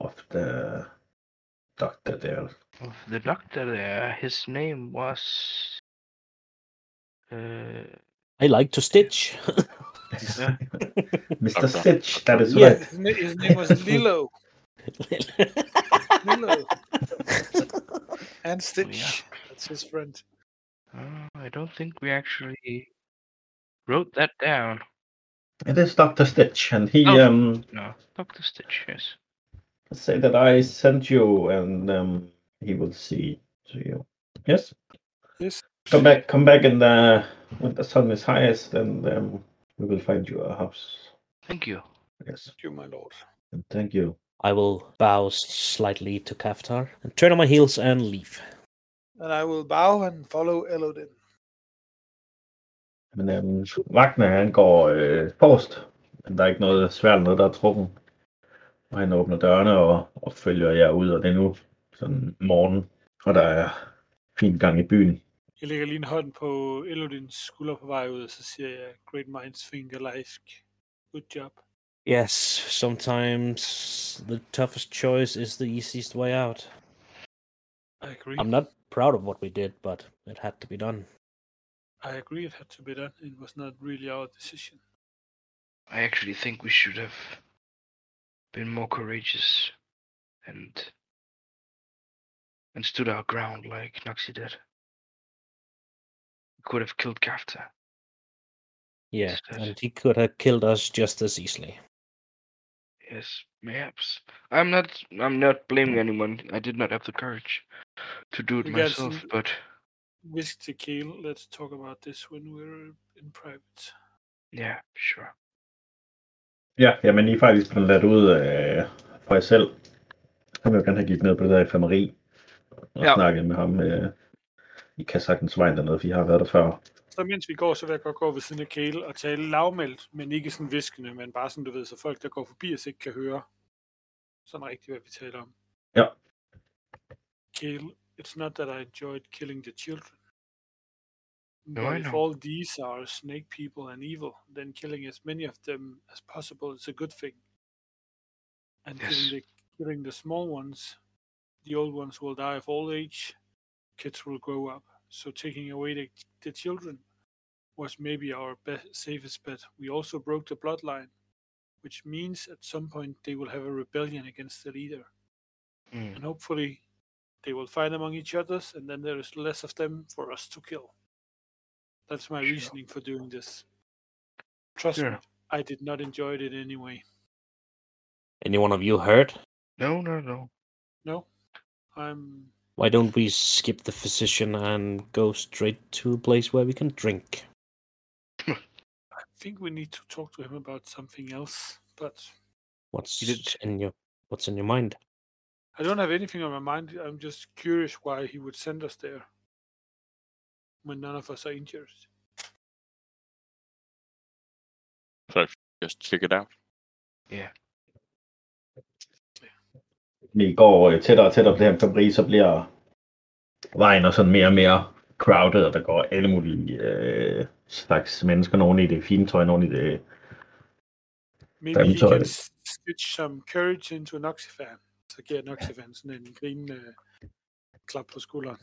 of the doctor there. The doctor there, his name was... Uh, I like to stitch. Yeah. Mr. Doctor. Stitch, that is Yeah. right. His, na- his name was Lilo. Lilo. And Stitch. That's his friend. oh, uh, I don't think we actually wrote that down. It is Dr. Stitch, and he Oh. um No, Doctor Stitch, yes. say that I sent you, and um he will see to you. Yes, Yes. come back, come back, and uh, when the sun is highest, and um, we will find you a house. Thank you. Yes, Thank you, my lord. and thank you. I will bow slightly to Kaftar and turn on my heels and leave. And I will bow and follow Elodin. Men øhm, Wagner, han går øh, forrest, men der er ikke noget svært eller noget, der er trukken. Og han åbner dørene og, og følger jer ud, og det er nu sådan morgen, og der er fin gang i byen. Jeg lægger lige en hånd på Elodins skulder på vej ud, og så siger jeg, Great minds think alike. Good job. Yes, sometimes the toughest choice is the easiest way out. I agree. I'm not proud of what we did, but it had to be done. I agree it had to be done. It was not really our decision. I actually think we should have been more courageous and and stood our ground like Noxie did. We could have killed Kafta. Yeah, Yes. and he could have killed us just as easily. Yes, mayhaps. I'm not I'm not blaming anyone. I did not have the courage to do it You got myself, some- but Whisk to Keel, let's talk about this when we're in private. yeah, sure. Ja, jamen I er faktisk blevet ladt ud øh, for jer selv. Han vil jo gerne have gik ned på det der infirmeri og Ja. ja. snakket med ham. Øh, I kan sagtens vejen dernede, for I har været der før. Så mens vi går, så vil jeg godt gå ved siden af Kale og tale lavmældt, men ikke sådan viskende, men bare sådan, du ved, så folk, der går forbi os, ikke kan høre sådan rigtigt, hvad vi taler om. Ja. Kale, it's not that I enjoyed killing the children. No, but I if know. all these are snake people and evil, then killing as many of them as possible is a good thing. And Yes. killing, the, killing the small ones, the old ones will die of old age, kids will grow up. So taking away the, the children was maybe our be- safest bet. We also broke the bloodline, which means at some point they will have a rebellion against the leader. Mm. And hopefully they will fight among each others, and then there is less of them for us to kill. That's my Sure. reasoning for doing this. Trust me, Sure. I did not enjoy it in any way. Any one of you hurt? No, no, no. No, I'm. Why don't we skip the physician and go straight to a place where we can drink? I think we need to talk to him about something else, but What's did- in your What's in your mind? I don't have anything on my mind. I'm just curious why he would send us there when none of us are injured. Just check it out. Vi går øh, tættere og tættere på det her infirmeri, så bliver vejen og sådan mere og mere crowded, og der går alle mulige øh, slags mennesker. Nogen i det fine tøj, nogen i det... Maybe he Fandme tøj. can s- stitch some courage into Noxifan. Så giver Noxifan sådan en grinende klap på skulderen.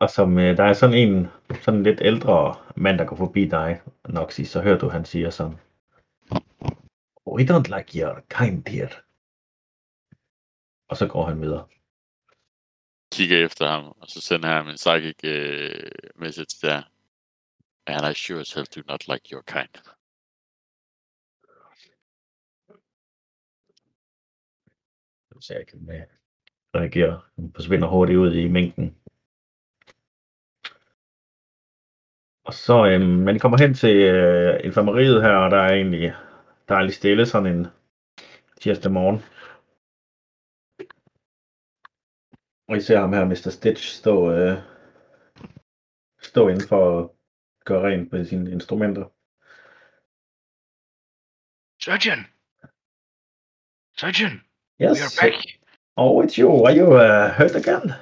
Og som, øh, der er sådan en sådan lidt ældre mand, der går forbi dig, Noxy, så hører du, han siger sådan... We don't like your kind here. Og så går han videre. kigger efter ham, og så sender jeg ham en psychic øh, message der. And I sure as hell do not like your kind. Så jeg kan øh, reagere. Han forsvinder hurtigt ud i mængden. Og så, øhm, man kommer hen til øh, infirmeriet her, og der er egentlig dejligt stille sådan en tirsdag morgen. Og I ser ham her, Mr. Stitch, stå, øh, stå indenfor og gøre rent på sine instrumenter. Surgeon! Surgeon! We are Yes, back! oh, it's you. Are you uh, hurt again?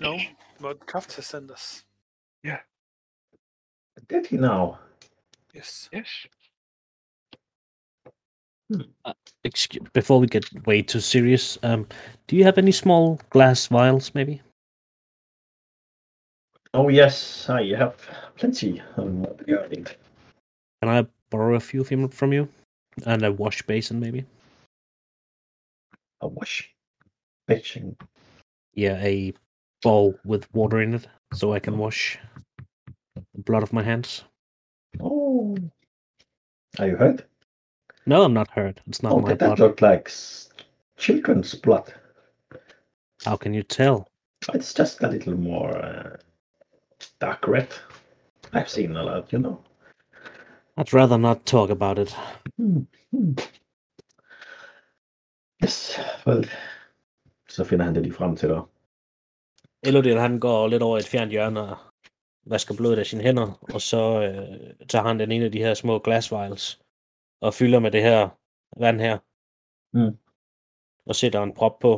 No, what Kafta sent us. Did he now? Yes. Yes. Excuse, before we get way too serious, um, do you have any small glass vials, maybe? Oh yes, I have plenty of yearning. Can I borrow a few from from you? And a wash basin, maybe? A wash basin. Yeah, a bowl with water in it, so I can wash the blood off my hands. Oh, are you hurt? No, I'm not hurt. It's not oh, my did that blood. look like s- children's blood? How can you tell? It's just a little more uh, dark red. I've seen a lot, you know. I'd rather not talk about it. Hmm, hmm. Yes, well, så finder han det lige frem til dig. Elodil, han går lidt over i et fjernt hjørne og vasker blodet af sine hænder, og så øh, tager han den ene af de her små glasvials og fylder med det her vand her. Mm. Og sætter en prop på.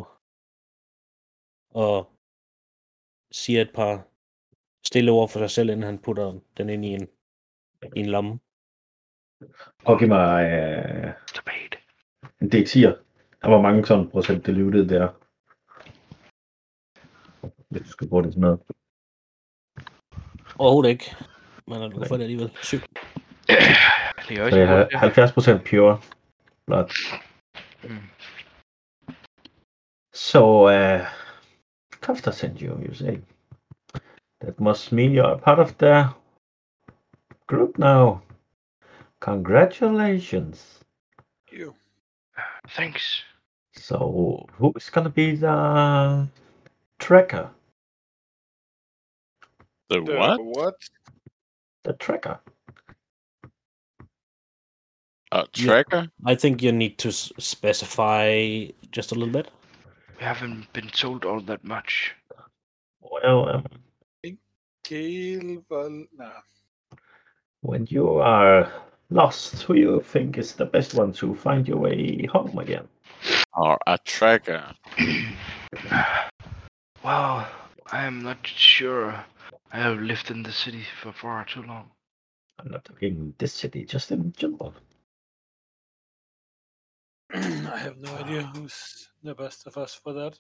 Og siger et par stille ord for sig selv, inden han putter den ind i en, i en lomme. Prøv at give mig øh, Tilbage i det. en D10'er. Der var mange sådan procent det lyttede der. Hvis du skal bruge det til noget. Overhovedet ikke. Men han får det alligevel. Syv. Øh, Jeg ligger også Så i jeg har hovedet, ja. 70% pure blood. Mm. So, uh, Kafta sent you, you say. That must mean you're part of the group now. Congratulations. You. Thanks. So, who is gonna be the tracker? The The what? what? The tracker. A Yeah. tracker? I think you need to s- specify just a little bit. We haven't been told all that much. Well, um, Gail, well, nah. when you are lost, who you think is the best one to find your way home again? Or a tracker? Wow, I am not sure. I have lived in the city for far too long. I'm not talking this city, just in general. I have no idea who's the best of us for that.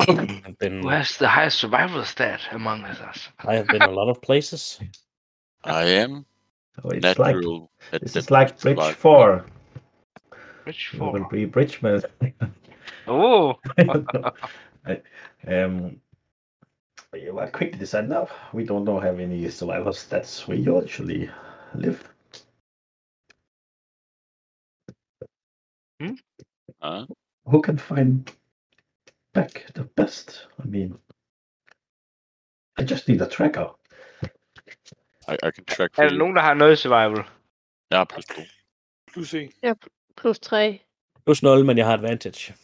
I've been, Who has the highest survival stat among us? I have been a lot of places. I am So it's like natural. at this the is like Bridge blood. 4. Which You will four? be Bridgeman. Oh, I don't know. I- um, yeah, well, quickly decide now. We don't know have any survival stats. We usually live. Huh? Who can find back the best? I mean, I just need a tracker. I, I can track for er der you. nogen, der har noget survival? Jeg er plus to. Plus en. Plus 3. Plus 0, men jeg har advantage.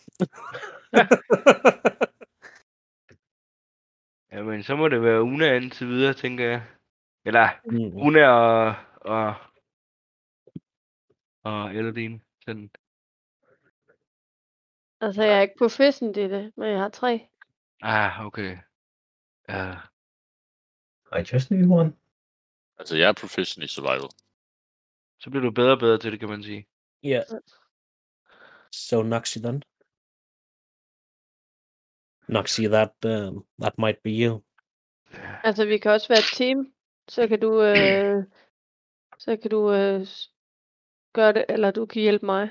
Jamen, så må det være Una indtil videre, tænker jeg. Eller Mm. Una og... og og Elodine. Sådan. Altså, jeg er ikke på fissen i det, men jeg har 3. Ah, okay. Uh, I just need one. Altså, jeg er professional i survival. så bliver du bedre og bedre til det, kan man sige. Ja. So Noxy then. Noxy, that um, that might be you. Altså, vi kan også være et team. Så kan du, øh, så kan du øh, s- gøre det, eller du kan hjælpe mig.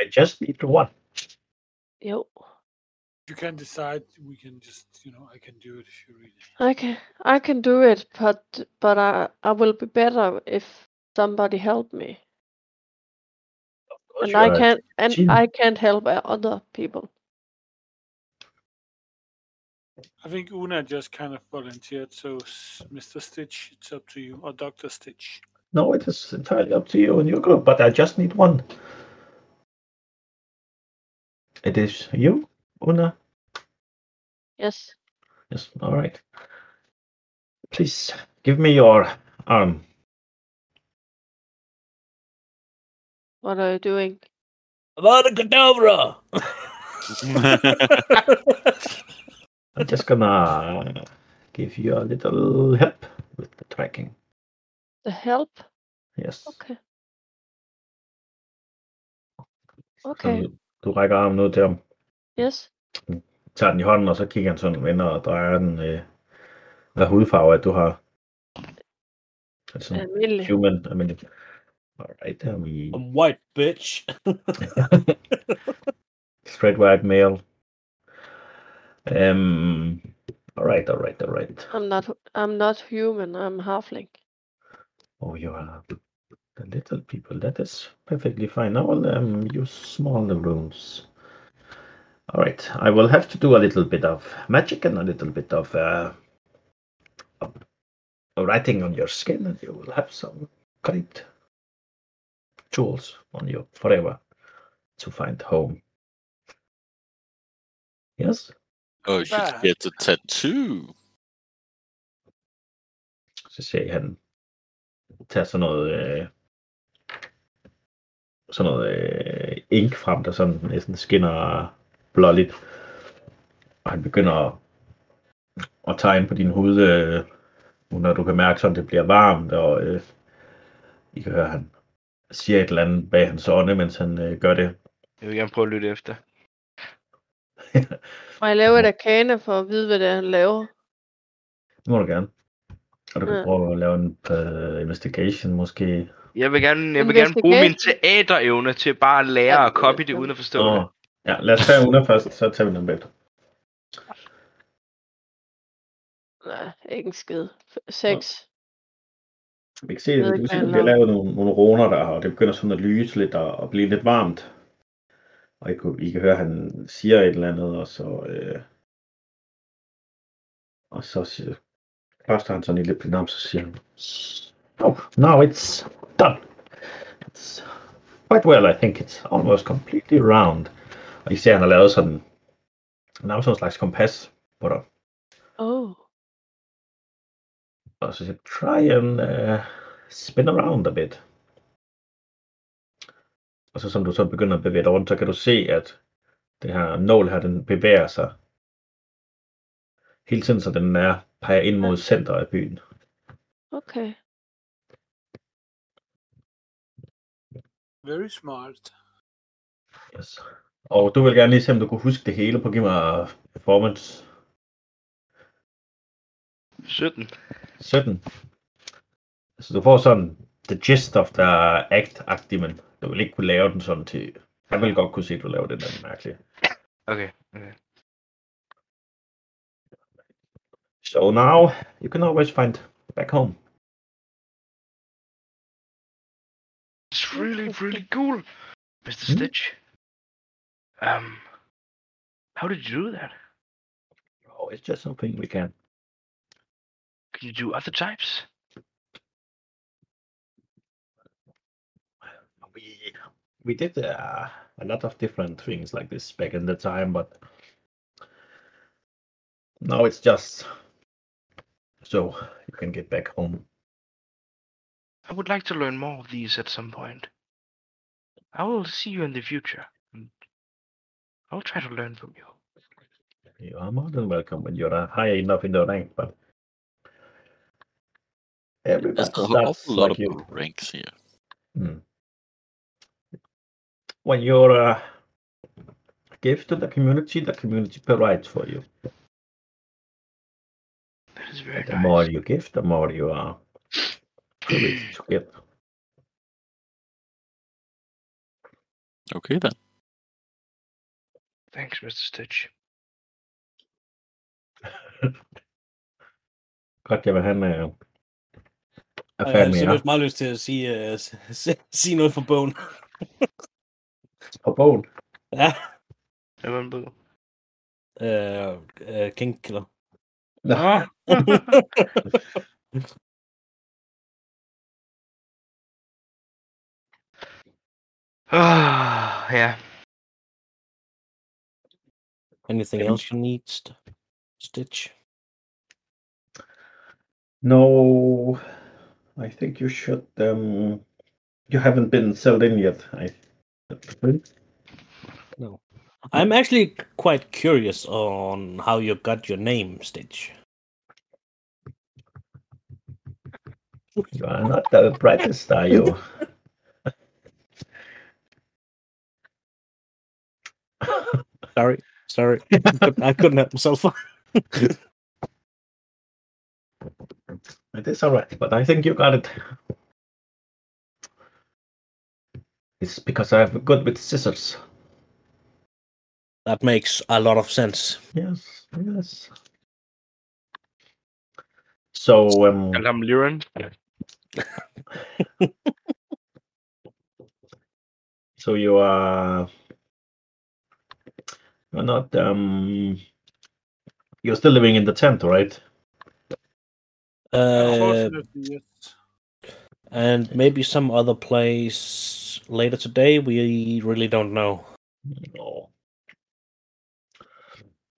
I just need one. Jo. you can decide. We can just, you know, I can do it if you really. I can I can do it, but but I I will be better if somebody help me. And I can't and team. I can't help uh, other people. I think Una just kind of volunteered. So, s- Mr. Stitch, it's up to you, or Doctor Stitch. No, it is entirely up to you and your group, but I just need one. It is you, Una? Yes. Yes, all right. Please give me your arm. What are you doing? Avada Kedavra! I'm just gonna give you a little help with the tracking. The help? Yes. Okay. Så Okay. du, du rækker armen ud til ham, Yes. tager den i hånden, og så kigger han sådan vender og drejer den. Øh, hvad hudfarve er det, du har? Altså, Almindelig. human, almindelig. Alright, um, I'm white, bitch. straight white male. Um, alright, alright, alright. I'm not hu- I'm not human. I'm halfling. Oh, you are the little people. That is perfectly fine. I will um, use smaller rooms. All right. I will have to do a little bit of magic and a little bit of uh, of writing on your skin, and you will have some great jewels on you forever to find home. Yes. Oh, you should Hvad? get a tattoo. Så ser I han tage sådan noget, øh, sådan noget øh, ink frem, der sådan næsten skinner blåligt. Og han begynder at, at tegne på din hud, øh, nu når du kan mærke sådan, det bliver varmt, og øh, I kan høre, han siger et eller andet bag hans ånde, mens han øh, gør det. Jeg vil gerne prøve at lytte efter. Må jeg lave et arcane for at vide, hvad det er, han laver? Det må du gerne. Og du kan Ja. prøve at lave en øh, investigation måske. Jeg vil gerne, jeg vil gerne bruge min teaterevne til bare at lære at copy det uden at forstå Nå, det. ja, lad os tage under først, så tager vi den bagefter. Nej, ikke en skid. 6. Vi kan se, ved du kan ikke, se, hvad at han bliver laver. lavet nogle, nogle roner der, og det begynder sådan at lyse lidt og, og blive lidt varmt. Og I kan, I kan høre, at han siger et eller andet, og så, øh, og så siger, først han sådan i lidt på navn, så siger han, oh, now it's done. It's quite well, I think it's almost completely round. Og I ser, at han har lavet sådan, nærmest sådan en slags kompas på dig. Oh. Og så siger jeg, try and uh, spin around a bit. Og så som du så begynder at bevæge dig rundt, så kan du se, at det her nål her, den bevæger sig hele tiden, så den er peger ind mod centret af byen. Okay. Very smart. Yes. Og du vil gerne lige se, om du kunne huske det hele på Giv mig performance 17. 17. Så du får sådan the gist of the act-agtig, men du vil ikke kunne lave den sådan til... Jeg vil godt kunne se, at du laver den der mærkelige. Okay. okay. So now you can always find back home. It's really, really cool, Mr. Hmm? Stitch. Um, how did you do that? Oh, it's just something we can. Can you do other types? We we did uh, a lot of different things like this back in the time, but now it's just so you can get back home. I would like to learn more of these at some point. I will see you in the future. and I'll try to learn from you. You are more than welcome when you're uh, high enough in the rank, but everybody There's an starts awful lot of like you. ranks here. Mm. When you're uh, give to the community, the community provides for you. That is very The nice. more you give, the more you are privileged to get. Okay then. Thanks, Mr. Stitch. Godt, jeg vil han er, er Øh, Og jeg har færdig med altid jer. lyst, meget lyst til at sige, uh, sige noget for bogen. På bogen. ja. Det var en bød. Øh, Uh, uh, Kingkiller. Nå. Ah, ja. Anything else you need, St- Stitch? No, I think you should. Um, you haven't been sold in yet. I think. I'm actually quite curious on how you got your name, Stitch. you are not the brightest, are you? Sorry, sorry, Couldn't- I couldn't help myself. It is all right, but I think you got it. It's because I'm good with scissors. that makes a lot of sense. Yes, yes. So, um, Kaldte ham Liren. so you are you're not um you're still living in the tent, right? Uh, Unfortunately, yes. and maybe some other place later today. We really don't know. No.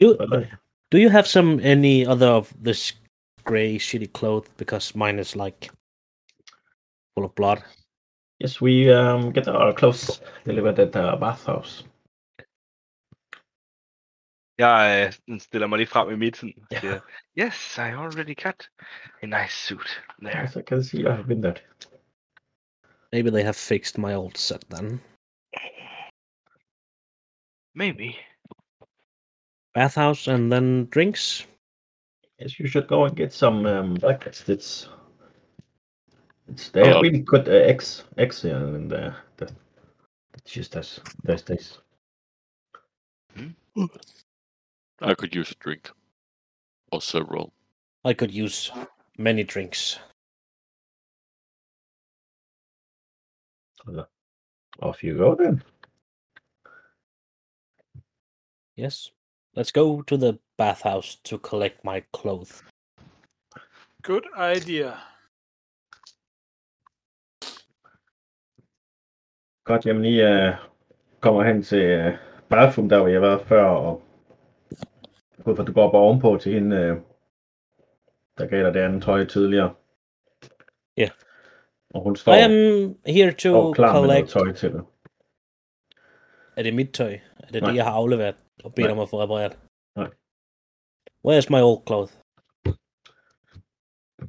You, But uh, I, do you have some any other of this gray shitty cloth? Because mine is like full of blood. yes, we um get our clothes delivered at the bathhouse. Jeg øh, sådan stiller mig lige frem i midten. og siger, Yes, I already got a nice suit there. Yes, I can see you have been there. Maybe they have fixed my old set then. Maybe. Bathhouse and then drinks. Yes, you should go and get some um breakfast. It's it's they have Oh. really good uh, eggs eggs uh, in the the it's just as those days. I could use a drink. Or several. I could use many drinks. Off you go then. Yes. Let's go to the bathhouse to collect my clothes. Good idea. Godt, jamen I øh, kommer hen til øh, bathroom, der hvor I har været før, og ud fra, du går op ovenpå til hende, øh, der gav dig det andet tøj tidligere. Ja. Og hun står, I am here to står klar med noget collect... tøj til dig. Er det mit tøj? Er det Nej. det, jeg har afleveret og bedt Nej. om at få repareret? Nej. Where's my old clothes?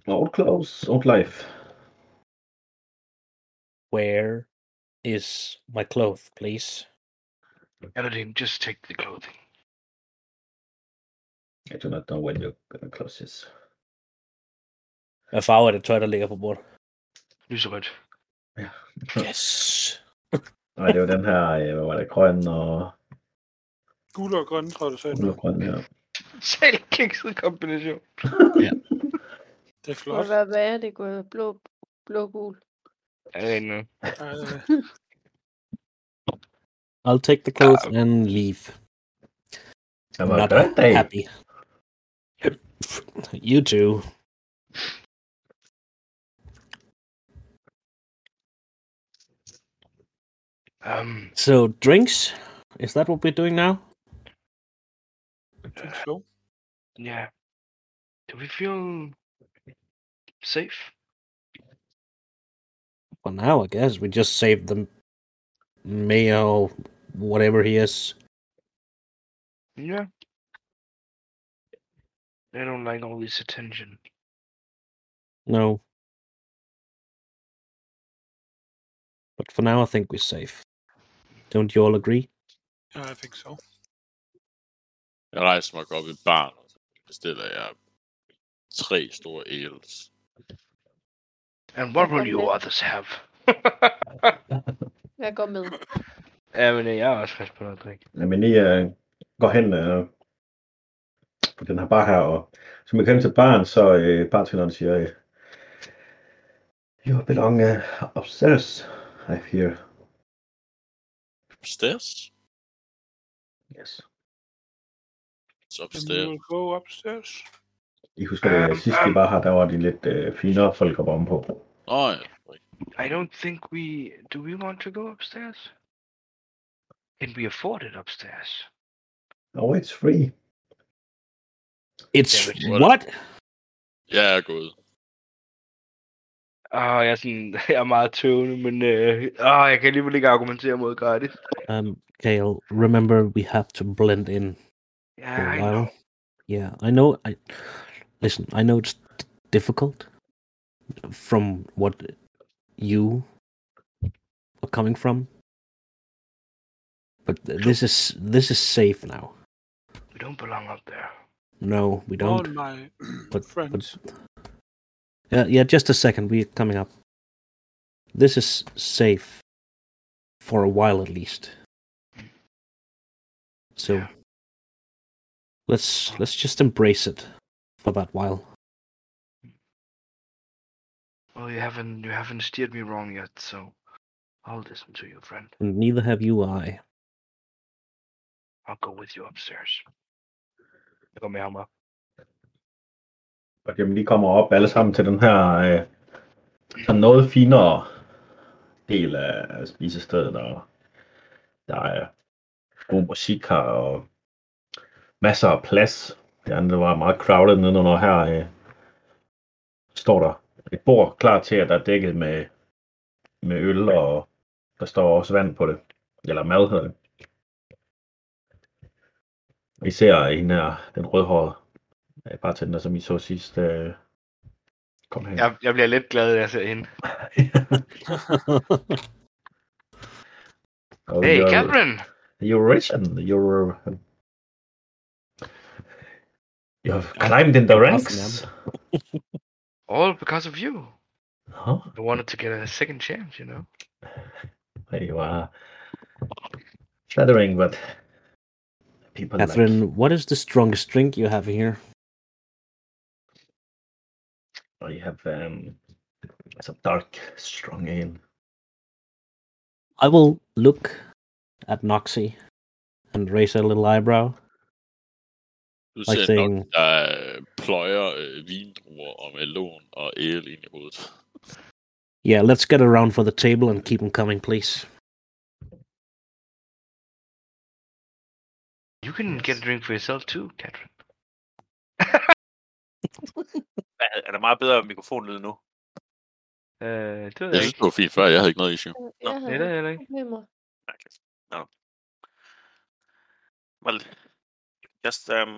Old clothes, old life. Where is my clothes, please? Aladdin, just take the clothing. I do not know when you're gonna close this. Hvad farve er det tøj, der ligger på bordet? Lyserødt. Yes. Nej, det var den her, øh, hvad var det, grøn og Gul og grøn, tror jeg, du sagde. gul nu. og grøn her. Selv kikset kombination. Det er Det kunne flot. være værre, det kunne være blå, blå gul. Er det en, øh, Øh, I'll take the clothes Ah. and leave. Det var en grøn dag. happy. You too. Um, So drinks? Is that what we're doing now? think so. yeah. Do we feel safe? Well, now I guess we just saved the Mayo, whatever he is. Yeah. They don't like all this attention. No. But for now, I think we're safe. Don't you all agree? Yeah, I think so. Jeg rejser mig op i barn, og så bestiller jeg tre store ales. And what will Okay. you others have? Jeg går med. øh, ja, men jeg er også frisk på noget drik. Jamen, I øh, går hen øh, på den her bar her, og som jeg kendte til barn, så øh, bartenderen siger, øh, You belong uh, upstairs, I hear. Upstairs? Yes. It's And upstairs. you will go upstairs. I husker, at sidst vi var her, der var de lidt øh, finere folk op ovenpå. Åh, oh, ja. I don't think we. Do we want to go upstairs? Can we afford it upstairs? Oh, it's free. It's Damn it. what? Jeg er gået. Åh, jeg er sådan, jeg er meget tøvende, men øh, åh, jeg kan alligevel ikke argumentere mod gratis. Um, Kale, remember we have to blend in Ja, for a I know. while. Yeah, I know. I listen. I know it's d- difficult from what you are coming from, but th- this is this is safe now. We don't belong up there. No, we All don't. my but- friends. Yeah, yeah, just a second. We're coming up. This is safe for a while at least. So Yeah. let's let's just embrace it for that while. Well, you haven't, you haven't steered me wrong yet, so I'll listen to you, friend. And neither have you or I. I'll go with you upstairs. Jeg går med ham op. Og jamen, de kommer op alle sammen til den her øh, sådan noget finere del af spisestedet, og der er god musik her, og masser af plads. Det andet var meget crowded nedenunder her. Øh, står der et bord klar til, at der er dækket med, med øl, og der står også vand på det. Eller mad hedder det. I ser en af den rødhårede øh, bartender, som I så sidst. Øh, kom her. Mm. Jeg, jeg bliver lidt glad, da jeg ser hende. Og Hey, jeg- Catherine! You're rich and you're. uh, You have climbed in the ranks. All because of you. Huh? I wanted to get a second chance, you know? You are flattering, but people Catherine, what is the strongest drink you have here? like. You have um, some dark, strong ale. I will look at Noxie and raise a little eyebrow. Du Like ser saying- nok, der øh, pløjer øh, vindruer og melon og æl ind i hovedet. Yeah, let's get around for the table and keep them coming, please. You can get a drink for yourself too, Catherine. Er- Er der meget bedre mikrofonlyd nu? Øh, det ved Jeg jeg synes, ikke. det var fint før. Jeg havde ikke noget issue. Nå, Det Jeg er der havde ikke heller ikke. problemer. Okay. No. Well, just um,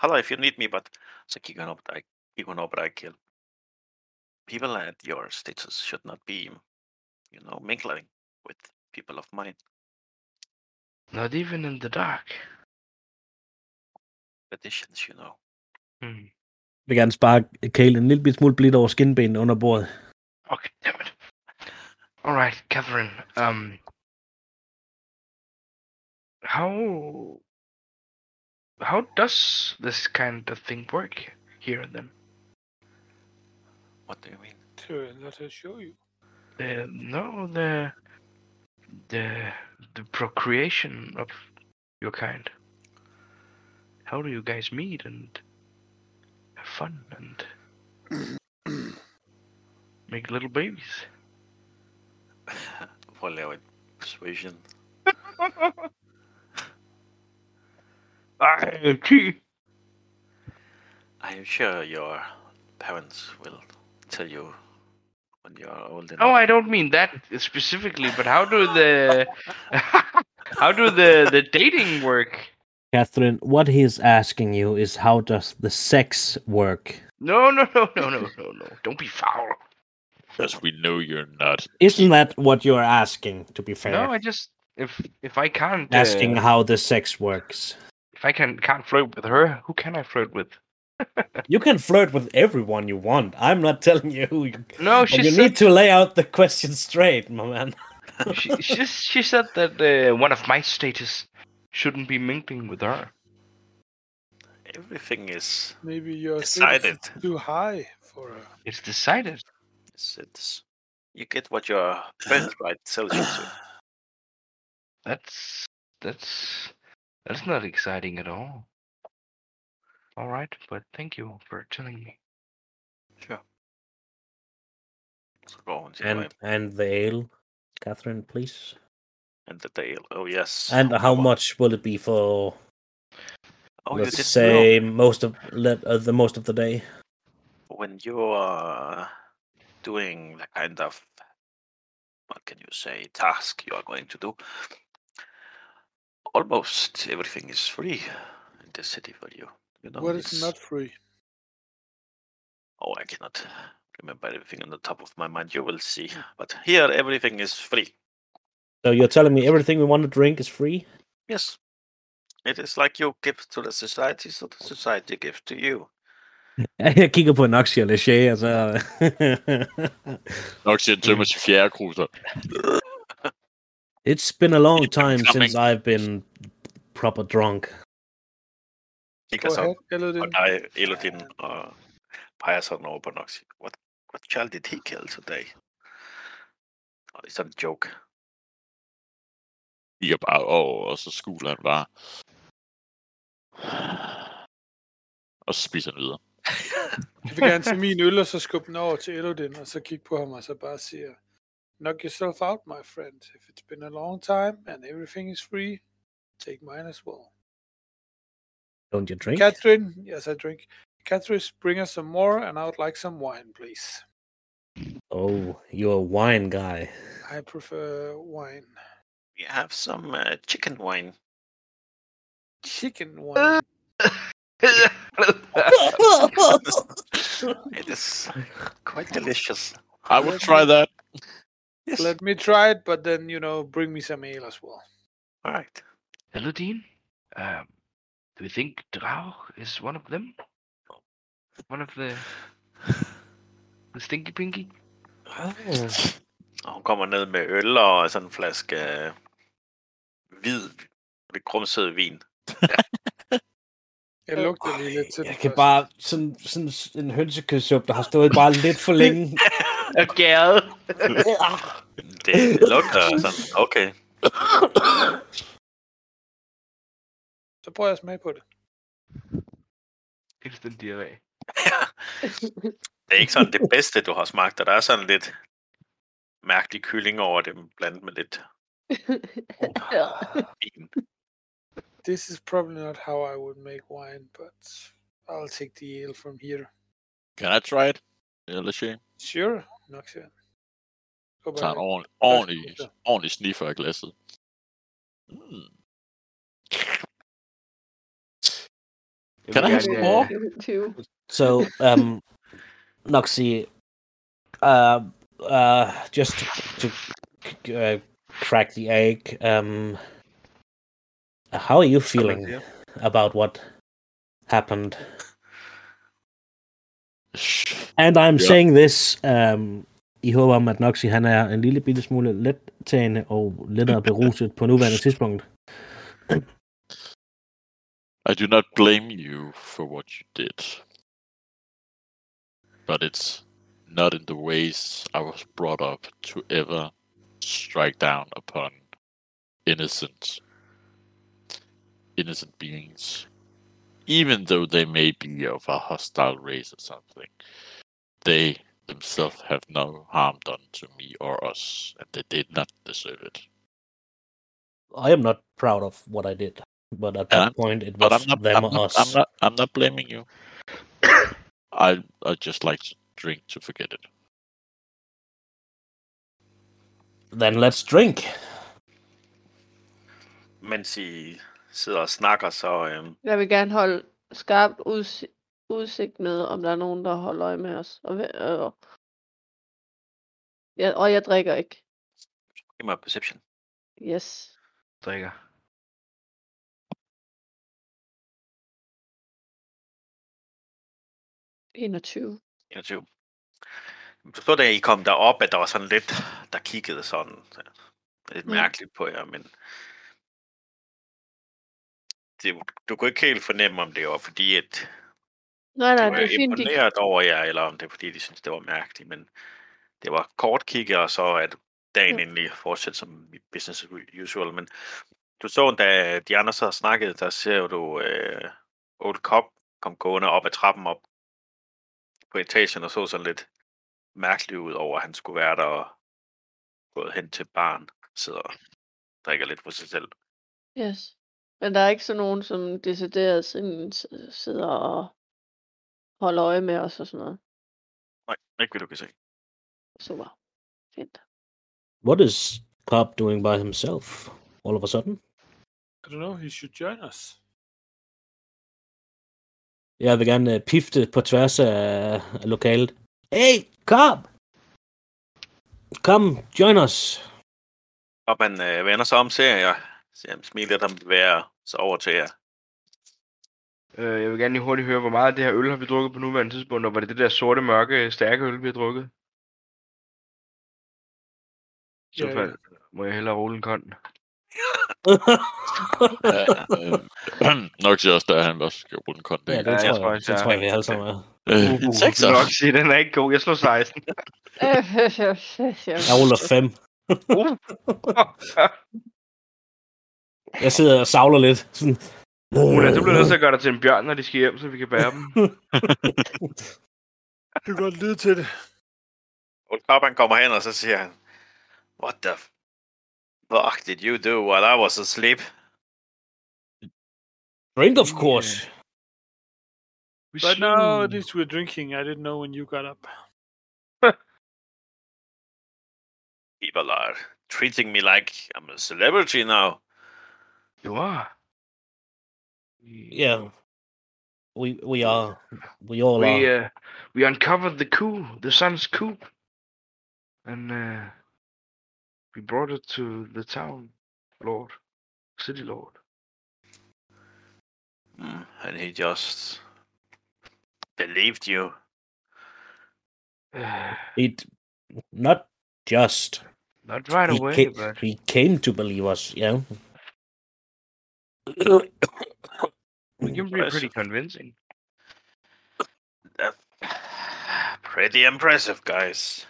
hello if you need me, but så kigger han op dig, kigger hun op dig, Kjell. People at your status should not be, you know, mingling with people of mine. Not even in the dark. Traditions, you know. Hmm. Jeg vil gerne spare Kale en lille bit smule blidt over skinbenet under bordet. Okay, damn it. All right, Catherine. Um, how how does this kind of thing work here? Then What do you mean? To let us show you. the no the the the procreation of your kind. How do you guys meet and have fun and make little babies? Follow with persuasion. I gee. I am sure your parents will tell you when you are old enough. No, I don't mean that specifically, but how do the how do the the dating work? Catherine, what he is asking you is how does the sex work? No, no, no, no, no, no, no! Don't be foul. Because we know you're not. Isn't that what you're asking, to be fair? No, I just if if I can't asking uh, how the sex works. if I can can't flirt with her, who can I flirt with? You can flirt with everyone you want. I'm not telling you who you No, But she you said need to lay out the question straight, my man. she, she she said that uh, one of my status shouldn't be mingling with her. Everything is Maybe your Decided. status is too high for a It's decided. it's, it's you get what your birthright tells you to. That's that's that's not exciting at all. All right, but thank you for telling me. So go on, Jacob, And and the ale, Catherine, please. and the tail. Oh yes. And of how course. much will it be for? Oh, you let's didn't say most of let, uh, the most of the day. know. when you are doing the kind of what can you say task you are going to do, almost everything is free in the city for you. You know, what is it's- not free. Oh, I cannot remember everything on the top of my mind. You will see, but here everything is free. So you're telling me everything we want to drink is free? Yes. It is like you give to the society, so the society gives to you. Jeg kigger på en aktie eller share, og så... Nok siger den tømmer til fjerde kruser. It's been a long time coming. since I've been proper drunk. Kigger Go ahead, sådan Elodin. på dig, Elodin, uh, og peger sådan over på Noxy. What, what child did he kill today? Og det er sådan en joke. kigger bare over, og så skuler han bare. Og så spiser han videre. Jeg vil gerne tage min øl, og så skubbe den over til Elodin, og så kigge på ham, og så bare siger, knock yourself out, my friend. If it's been a long time, and everything is free, take mine as well. Don't you drink? Catherine, yes, I drink. Catherine, bring us some more, and I would like some wine, please. Oh, you're a wine guy. I prefer wine. We have some uh, chicken wine. Chicken wine. It is quite delicious. I would try that. Yes. Let me try it, but then, you know, bring me some ale as well. All right. Elodine, um, do you think Drau is one of them? One of the the stinky pinky? Og hun kommer ned med øl og sådan en flaske øh, hvid, grumset vin. Jeg lugter lige lidt til Jeg den kan først. bare sådan, sådan en hønsekødsup, der har stået bare lidt for længe. Og gæret. Det er lugter sådan, okay. Så prøver jeg at smage på det. Instant diarré. Det er ikke sådan det bedste, du har smagt, og der er sådan lidt mærkelig kylling over dem, blandet med lidt Ja. vin. This is probably not how I would make wine, but I'll take the ale from here. Can I try it? Eller shame. Sure, nok siger han. Gå Tager en bare. ordentlig, ordentlig, ordentlig sniffer af glasset. Mm. Jeg Kan vil der have gerne, sådan øh, noget? 20. So, um, Noxy, uh, uh, just to, to uh, crack the egg, um, how are you feeling about what happened? And I'm Ja. saying this um, i håb om, at Noxy han er en lille bitte smule lettagende og lettere beruset på nuværende tidspunkt. I do not blame you for what you did. But it's not in the ways I was brought up to ever strike down upon innocent innocent beings. Even though they may be of a hostile race or something. They themselves have no harm done to me or us, and they did not deserve it. I am not proud of what I did, but at And that I'm- point it But was I'm not, them I'm or not, us. I'm not, I'm not blaming you. I, I just like to drink to forget it. Then let's drink. Mens I sidder og snakker, så øhm, Jeg vil gerne holde skarpt uds- udsigt med, om der er nogen, der holder øje med os. Og, ve- og, ja, og jeg drikker ikke. giv mig perception. Yes. drikker. Mm. 21. 21. Du så, da I kom derop, at der var sådan lidt, der kiggede sådan så lidt Mm. mærkeligt på jer, men det, du kunne ikke helt fornemme, om det var fordi, at Nej, de nej, det var er fint. De, imponeret over jer, eller om det er fordi, de synes det var mærkeligt, men det var kort kigge, og så at dagen Ja. endelig fortsætte som business as usual, men du så, da de andre så har snakket, der ser du øh, Old Cop kom gående op ad trappen op på etagen og så sådan lidt mærkelig ud over, at han skulle være der og gået hen til barn, sidder og drikker lidt for sig selv. yes. Men der er ikke sådan nogen, som decideret sådan s- sidder og holder øje med os og sådan noget. Nej, ikke hvad du kan se. Super. Fint. What is Cobb doing by himself all of a sudden? I don't know, he should join us. Jeg vil gerne øh, pifte på tværs af af lokalet. Hey, Cobb! Come, join us! Og man øh, vender sig om, ser jeg, ser ham smile lidt, om være så over til jer. Øh, jeg vil gerne lige hurtigt høre, hvor meget af det her øl har vi drukket på nuværende tidspunkt, og var det det der sorte, mørke, stærke øl, vi har drukket? I så Ja, fald må jeg hellere rulle en kon. Ja, øh, nok siger også, da han også skal rulle en kont. ja, Ja, det Ja, tror jeg tror, jeg, jeg det tager- tror jeg, vi alle sammen er. øh, en sekser. Uhuh, nok sige, den er ikke god. Jeg slog 16. Jeg ruller 5. Jeg sidder og savler lidt. Sådan. Rune, Uhuh, du bliver nødt til at gøre dig til en bjørn, når de skal hjem, så vi kan bære dem. Det kan godt lyde til det. Old Cop, han kommer hen, og så siger han, What the fuck did you do while I was asleep? Drink, of course. Vi But now at least we're drinking. I didn't know when you got up. People are treating me like I'm a celebrity now. Jo. ah. Yeah. We, we are. We all We, are. uh, we uncovered the coup, the sun's coup. And uh, we brought it to the town, Lord. City Lord. Mm, And he just believed you. Øh. Uh, It, not just. not right He, away, ca- but... he came to believe us, yeah. We can be pretty Impressive. convincing. That- Pretty impressive, guys.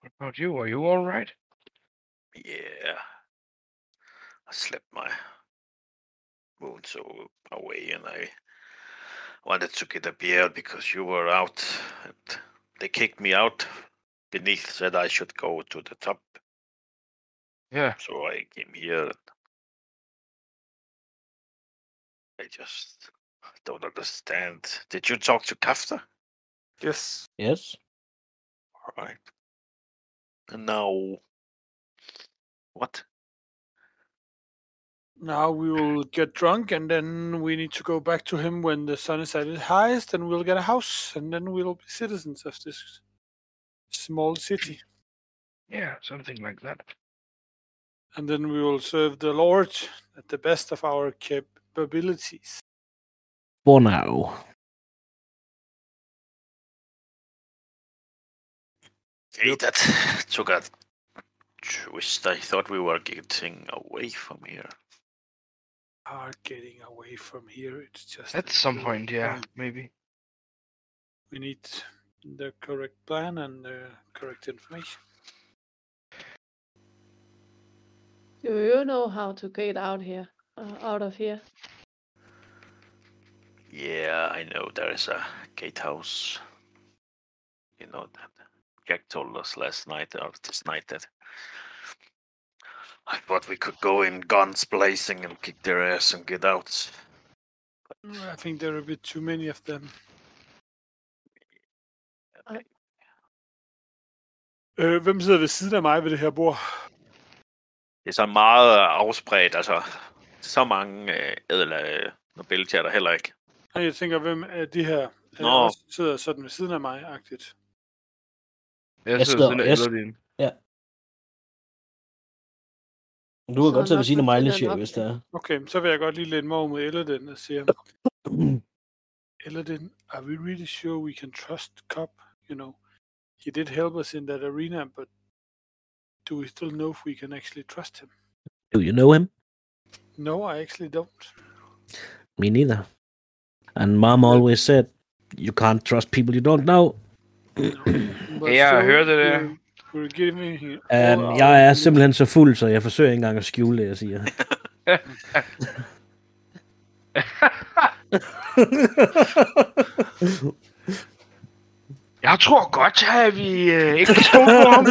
What about you? Are you all right? Yeah. I slipped my wounds a- away and I wanted to get a beer because you were out. And they kicked me out beneath, said I should go to the top. Yeah. So er I came here. I just don't understand. Did you talk to Kafta? Yes. yes. Alright. And now. What? Now we will get drunk, and then we need to go back to him when the sun is at its highest, and we'll get a house, and then we'll be citizens of this small city. Yeah, something like that. And then we will serve the Lord at the best of our capabilities. For now. Hey, that took a twist. I thought we were getting away from here. Are Ah, getting away from here. It's just At a some little point, yeah, thing. maybe. We need the correct plan and the correct information. Do you know how to get out here? Uh, out of here? Yeah, I know there is a gatehouse. You know that Jack told us last night or this night that I thought we could go in guns blazing and kick their ass and get out. Mm, I think there are a bit too many of them. Øh, hvem sidder ved siden af mig ved det her bord? Det er så meget øh, afspredt, altså så mange øh, ædle Nobel der heller ikke. Og jeg tænker, hvem af de her øh, Nå. også sidder sådan ved siden af mig-agtigt? Jeg Jeg sidder sidder- sådan jeg og din. Du kan Så er godt selv nok sige, at ved Miley siden siger, af hvis det er. Okay, så vil jeg godt lige læne mig over mod Elden og sige, Elden, are we really sure we can trust Cop? You know, he did help us in that arena, but do we still know if we can actually trust him? Do you know him? No, I actually don't. Me neither. And mom always said, you can't trust people you don't know. But Ja, jeg so hørte det. you will give me all Um, our jeg er needs. simpelthen så fuld, så jeg forsøger ikke engang at skjule det, jeg siger. Jeg tror godt, at vi øh, ikke kan stole på ham.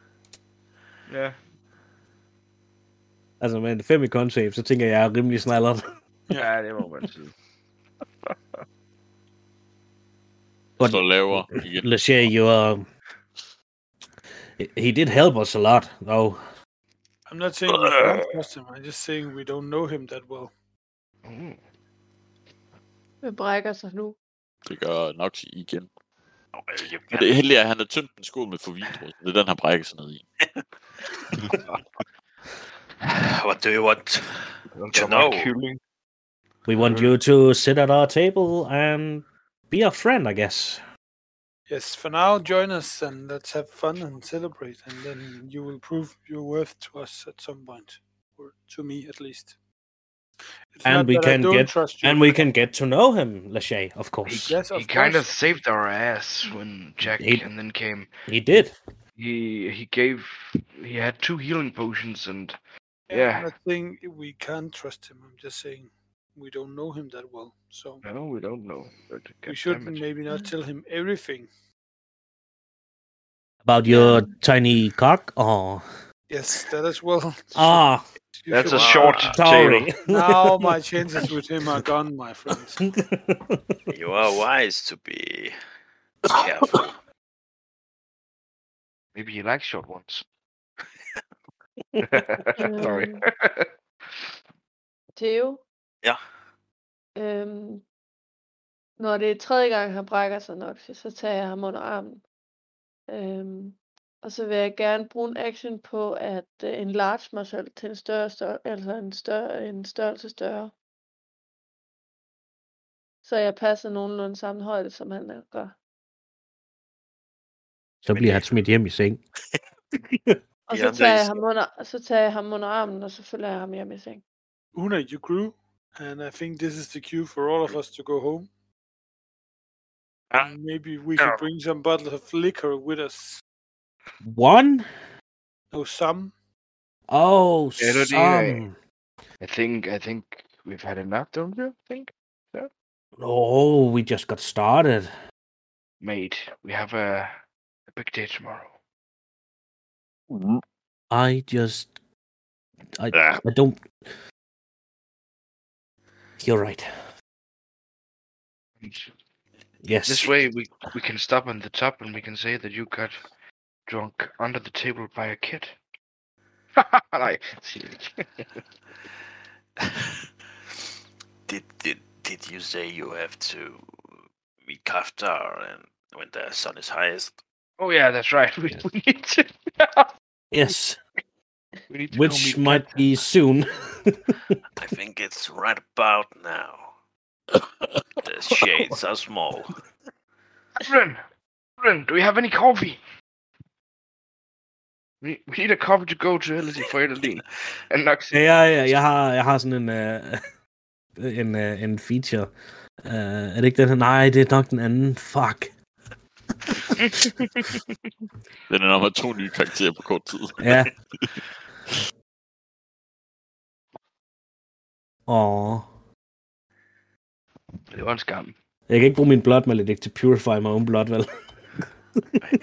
ja. altså med en 5 i contape, så tænker jeg, jeg er rimelig snallert. ja, det må man sige. But- Står lavere igen. Lachey, you are... He did help us a lot, though. I'm not saying we don't trust him. I'm just saying we don't know him that well. Mm. Hvem brækker sig nu? Det gør nok igen. Oh, you Men can. det heldige er, at han har tømt en skål med forvindrød. Det er den, han brækker sig ned i. What do you want? Jeg know. Kylling. We want Mm-hmm. you to sit at our table and be our friend, I guess. Yes, for now, join us and let's have fun and celebrate, and then you will prove your worth to us at some point, or to me at least. It's And not we that I can don't get- trust you. And we can get to know him, Lachey, of course. Yes, He of kind of course. saved our ass when Jack He- and then came. He did. He he gave he had two healing potions and I'm yeah. not saying we can't trust him. I'm just saying we don't know him that well, so No, we don't know. But we goddammit. should maybe not tell him everything. About your tiny cock? Oh. Yes, that as well. So Ah, you That's a should- short tale. sorry. Now my chances with him are gone, my friend. You are wise to be careful. Maybe he likes short ones. Sorry. Øhm, Theo, ja. øhm, når det er tredje gang, han brækker sig nok, så tager jeg ham under armen. Øhm, og så vil jeg gerne bruge en action på at øh, enlarge mig selv til en større størrelse, altså en, større, en størrelse større. Så jeg passer nogenlunde samme højde, som han øh, gør. Så bliver han smidt hjem i seng. Og Ja, så det er tager, jeg især- ham under, så tager jeg ham under armen, og så følger jeg ham hjem i seng. Una, you grew, and I think this is the cue for all of us to go home. Ah. And Maybe we should bring some bottles of liquor with us. One? No, some. Oh, Ja, det var det, some. eh, I think I think we've had enough, don't you think, Oh, we just got started. mate? We have a, a big day tomorrow. I just. I, Ja. I don't. You're right. And Yes. This way, we we can stop on the top, and we can say that you got drunk under the table by a kid. Nej, siger jeg ikke. Did did did you say you have to meet Kaftar and when the sun is highest? oh yeah, that's right. We, we need to. Yes. We need to go Which meet might Captain. be soon. I think it's right about now. the shades are small. Captain, Captain, do we have any coffee? We, we need a coffee to go to Elodie for Elodie. and Noxie. Ja, jeg, jeg, har, jeg har sådan en, uh, en, uh, en feature. Uh, er det ikke den her? Nej, det er nok den anden. Fuck. Den er nok to nye karakterer på kort tid. Ja. Åh. Det var en skam. Jeg kan ikke bruge min blot maledict til purify my own blood, vel?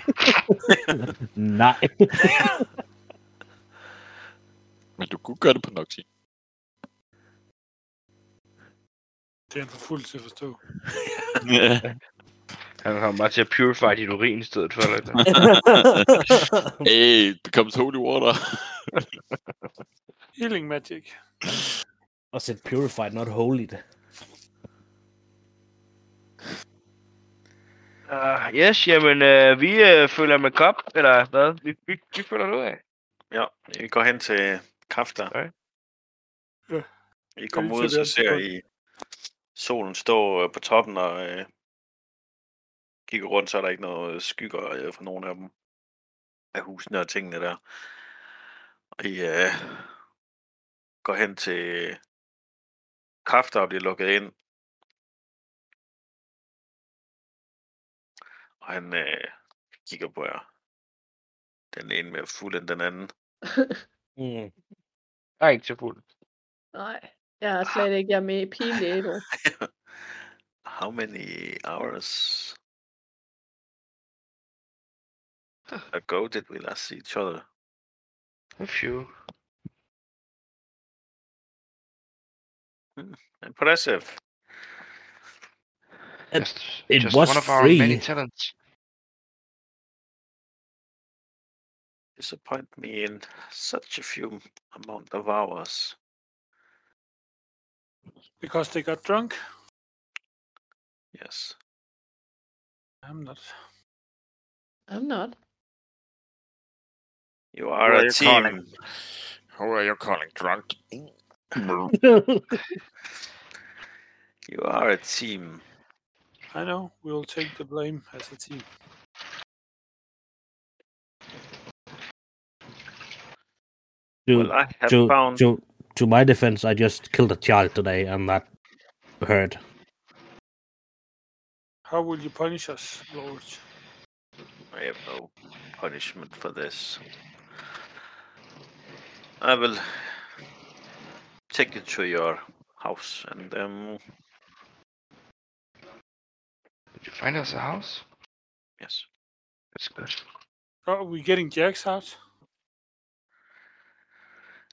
Nej. Men du kunne gøre det på Noxy. Det er han for fuld til at forstå. Ja. Han kommer bare til at purify din urin i stedet for. Eller? hey, it becomes holy water. Healing magic. Og sæt purified, not holy. Ah, Uh, yes, jamen, øh, vi øh, følger med kop, eller hvad? Vi, vi, vi følger det ud af. Ja, I går hen til Kaftar. Ja. Ja. I kommer lige ud, til så det ser tidspunkt. I solen stå øh, på toppen, og øh, kigger rundt, så er der ikke noget skygger øh, fra nogen af dem. Af husene og tingene der. Og I øh, går hen til Øh, kræfter og bliver lukket ind. Og han øh, kigger på jer. Den ene mere fuld end den anden. Mm. Jeg er ikke så fuld. Nej, jeg er slet ikke. Jeg er med i pinlig ædru. How many hours ago did we last see each other? A few. Impressive. And Just, it just was one of our free. many talents. Disappoint me in such a few amount of hours. Because they got drunk? Yes. I'm not. I'm not. You are a team. Who are you calling drunk? You are a team. I know. We'll take the blame as a team. To, Well, I have to, found to, to my defense, I just killed a child today, and that hurt. How will you punish us, Lord? I have no punishment for this. I will take you to your house and um Did you find us a house? yes. That's good. Are we getting Jack's house?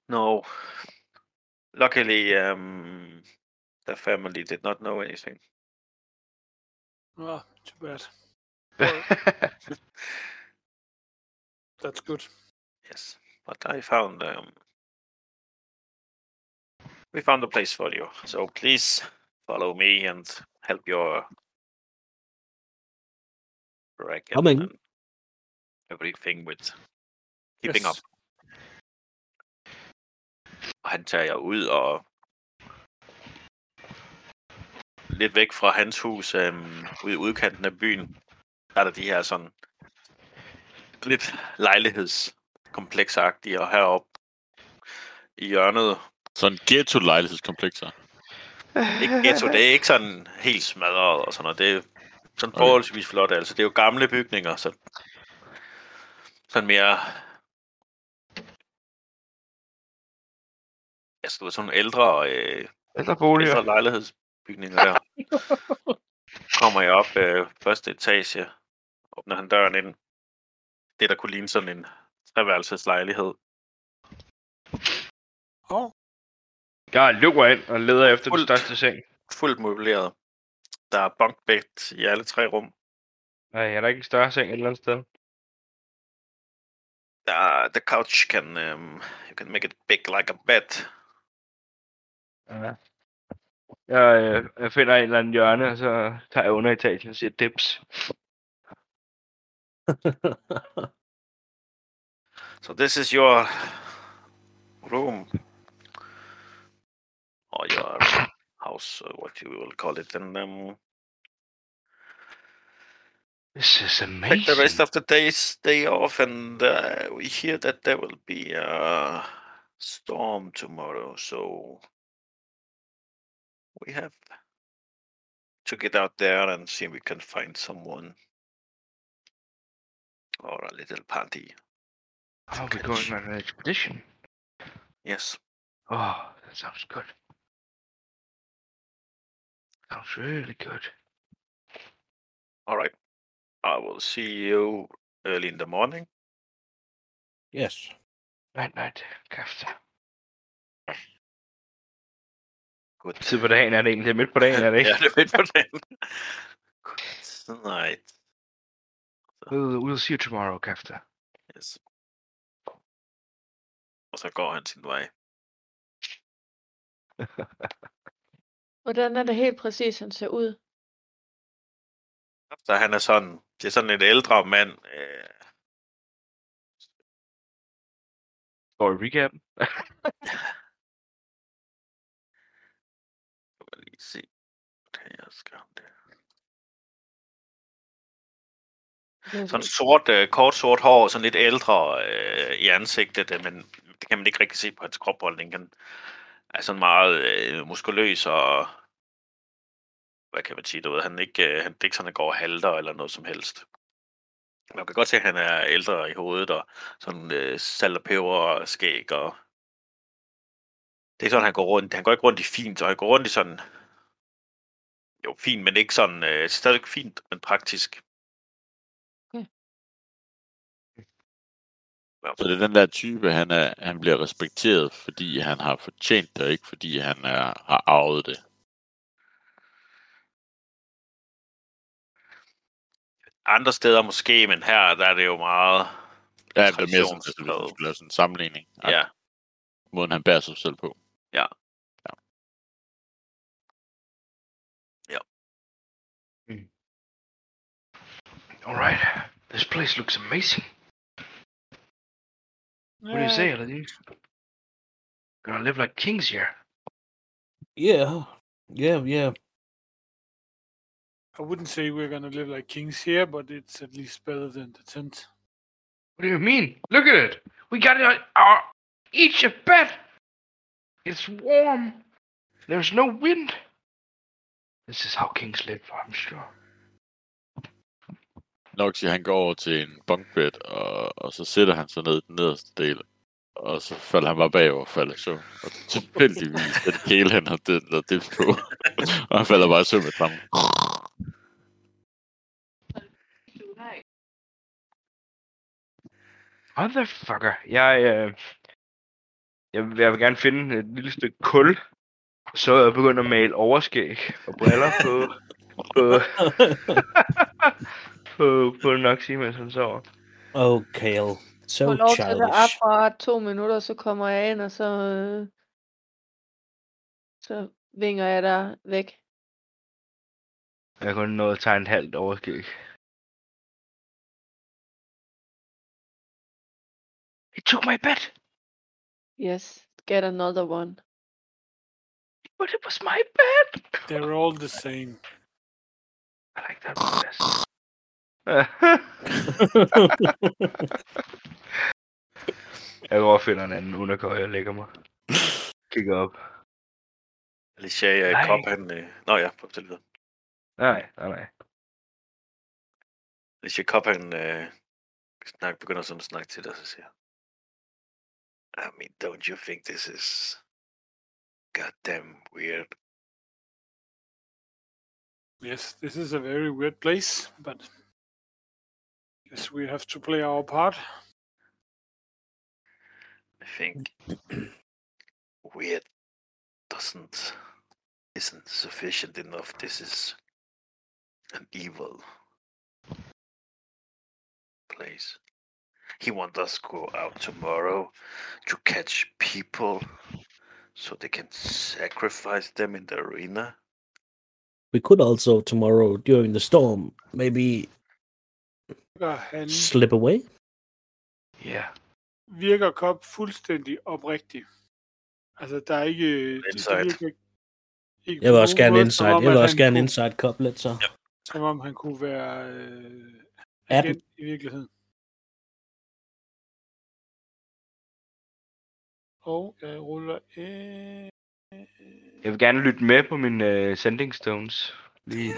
No. Luckily, um the family did not know anything. Oh, too bad. That's good. Yes. But I found um we found a place for you. So please follow me and help your racket Coming. and everything with keeping up. Yes. Og han tager jer ud og lidt væk fra hans hus, øhm, ude i udkanten af byen, der er der de her sådan lidt lejlighedskompleksagtige, og heroppe i hjørnet. Sådan ghetto-lejlighedskomplekser. Ikke ghetto, det er ikke sådan helt smadret og sådan noget. Det er sådan Okay. forholdsvis flot, altså. Det er jo gamle bygninger, så sådan mere... Altså, du ved, sådan nogle ældre øh, Ældre boliger. ældre lejlighedsbygninger der. Kommer jeg op øh, første etage, åbner han døren ind. Det, der kunne ligne sådan en treværelseslejlighed. Oh, Jeg løber ind og leder efter den Fuldt. største seng. Fuldt møbleret. Der er bunkbægt i alle tre rum. Nej, er der ikke en større seng et eller andet sted? Der er, the couch can, um, you can make it big like a bed. Ja. Jeg, øh, jeg finder et eller andet hjørne, og så tager jeg under etagen og siger dips. So this is your room. Or your house, or what you will call it. And um, This is amazing. take the rest of the day's day off, and uh, we hear that there will be a storm tomorrow, so we have to get out there and see if we can find someone or a little party. Oh, we're going on an expedition. Yes, Oh, that sounds good. Sounds really good. all right. I will see you early in the morning. yes. Night, night. Kæft. Good. Tid på dagen er det egentlig. Midt på dagen er det ikke. ja, det er fedt på den. Good night. we'll, we'll see you tomorrow, Kæft. Yes. Og så går han sin vej. Hvordan er det Mm. helt præcis, han ser ud? Så han er sådan, det er sådan en ældre mand. Øh, Går i recap. Jeg vil lige se, hvordan jeg skal ham der. Sådan sort, øh, kort sort hår, sådan lidt ældre øh, i ansigtet, øh, men det kan man ikke rigtig se på hans kropholdning. Han, er sådan meget øh, muskuløs og hvad kan man sige, du ved, han ikke, øh, han det er ikke sådan, han går og halter eller noget som helst. Man kan godt se, at han er ældre i hovedet og sådan øh, salt og peber og skæg og det er sådan, han går rundt. Han går ikke rundt i fint, og han går rundt i sådan jo, fint, men ikke sådan øh, stadig fint, men praktisk. Så det er den der type, han, er, han bliver respekteret, fordi han har fortjent det, og ikke fordi han er, har arvet det. Andre steder måske, men her der er det jo meget Ja, det er mere sådan, hvis traditionspræget. du skulle lave sådan en sammenligning. Ja, Måden han bærer sig selv på. Alright. This place looks amazing. What er do you say, Elodie? Gonna live like kings here. Yeah, yeah, yeah. I wouldn't say we're gonna live like kings here, but it's at least better than the tent. What do you mean? Look at it. We got it on our each a bed. It's warm. There's no wind. This is how kings live, I'm sure. Noxy, han går over til en bunkbed, og, og så sætter han sig ned i den nederste del, og så falder han bare bagover og falder i søvn. Og tilfældigvis er det hele, han har det, der det på. og han falder bare i søvn med sammen. Motherfucker. Jeg, øh, jeg, vil- jeg vil gerne finde et lille stykke kul, så jeg begynder at male overskæg og briller på, på, på, på Noxy, mens han sover. Oh, Kale. Få So lov til at være childish. akkurat to minutter, så kommer jeg ind, og så, øh, så vinger jeg dig væk. Jeg kunne nå at tegne et halvt overskæg. He took my bed, Yes, get another one. but it was my bed. They're all the same. I like that one best. jeg går og finder en anden underkøj og lægger mig. Kigger op. Alicia Nej. øh, Kopp, han... Øh, Oh, nå ja, fortæl videre. Nej, nej, nej. Alicia Kopp, han øh, snak, begynder sådan at snakke til dig, så siger I mean, don't you think this is goddamn weird? Yes, this is a very weird place, but yes, we have to play our part. I think weird doesn't isn't sufficient enough. This is an evil place. He wants us to go out tomorrow to catch people so they can sacrifice them in the arena. We could also tomorrow during the storm maybe Virker Han slip away. Ja. Yeah. virker Kop fuldstændig oprigtig. Altså, der er ikke... det- det Insight. virker ikke- ikke Jeg på vil også nogen gerne måde, inside. som om, Jeg vil at også han gerne kunne- inside couplet, så. Som om han kunne være øh, Atten. agent i virkeligheden. Og jeg ruller øh, en... Jeg vil gerne lytte med på mine uh, sending stones. Lige.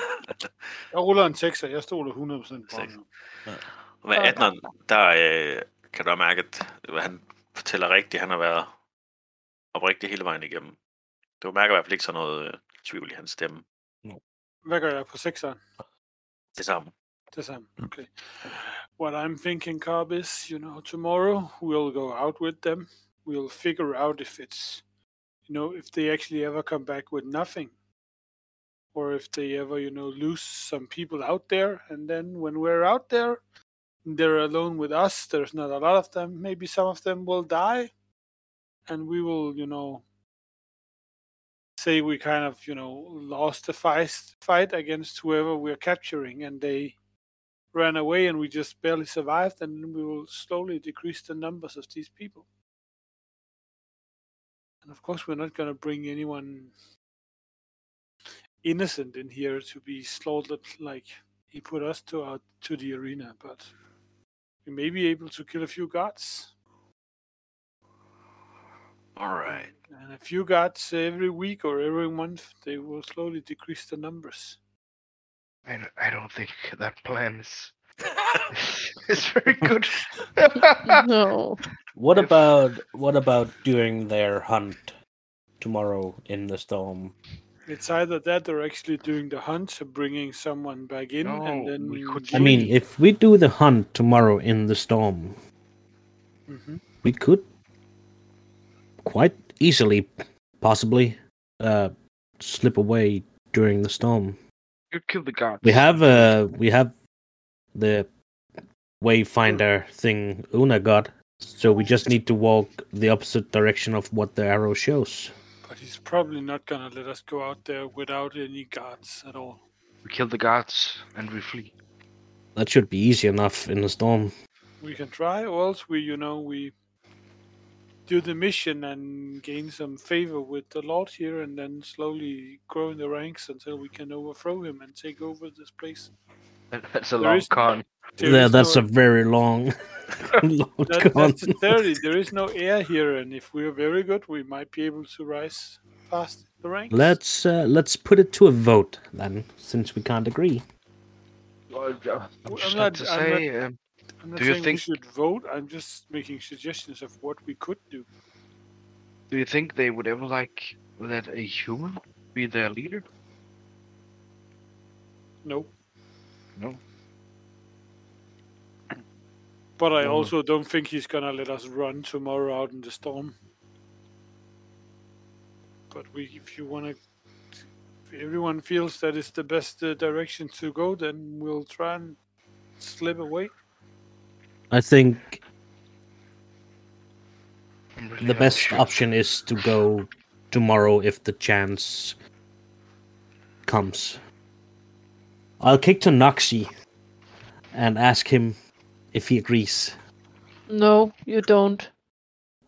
Jeg ruller en 6, og jeg stoler 100% på ham. Seks. nu. Og Med Og- 18'eren, der øh, kan du mærke, at hvad han fortæller rigtigt. Han har været oprigtig hele vejen igennem. Du mærker i hvert fald ikke sådan noget øh, tvivl i hans stemme. Hvad gør jeg på 6'eren? Det samme. Det samme. Okay. What I'm thinking, Cobb, is, you know, tomorrow we'll go out with them. We'll figure out if it's, you know, if they actually ever come back with nothing. Or if they ever, you know, lose some people out there. And then when we're out there, they're alone with us. There's not a lot of them. Maybe some of them will die. And we will, you know, say we kind of, you know, lost the fight, fight against whoever we're capturing. And they ran away and we just barely survived and we will slowly decrease the numbers of these people and of course we're not going to bring anyone innocent in here to be slaughtered like he put us to our to the arena but we may be able to kill a few guards Alright. and a few guards every week or every month. They will slowly decrease the numbers. I, don't- I don't think that plan is, is very good. No. What about what about during their hunt tomorrow in the storm? It's either that or actually doing the hunt, so bringing someone back in, and No, then we could I mean, if we do the hunt tomorrow in the storm, hmm we could quite easily, possibly, uh, slip away during the storm. you kill the guards. We have uh, we have the wayfinder thing Una got, so we just need to walk the opposite direction of what the arrow shows. But he's probably not gonna let us go out there without any guards at all. We kill the guards and we flee. That should be easy enough in the storm. We can try, or else we, you know, we do the mission and gain some favor with the Lord here, and then slowly grow in the ranks until we can overthrow him and take over this place. That, that's a There long is- con. There yeah, is that's no, a very long. Lord that, gone. that's the theory. There is no air here, and if we are very good, we might be able to rise past the ranks. Let's uh, let's put it to a vote then, since we can't agree. Well, uh, I'm I'm just not- not, to I'm not- say, um, I'm not Do you saying we think- should vote. I'm just making suggestions of what we could do. do you think they would ever like let a human be their leader? No, No. but I Mhm. also don't think he's gonna let us run tomorrow out in the storm. But we, if you wanna, if everyone feels that is the best uh, direction to go, then we'll try and slip away. I think I'm really the not best sure. option is to go tomorrow if the chance comes. I'll kick to Noxie and ask him if he agrees. No, you don't.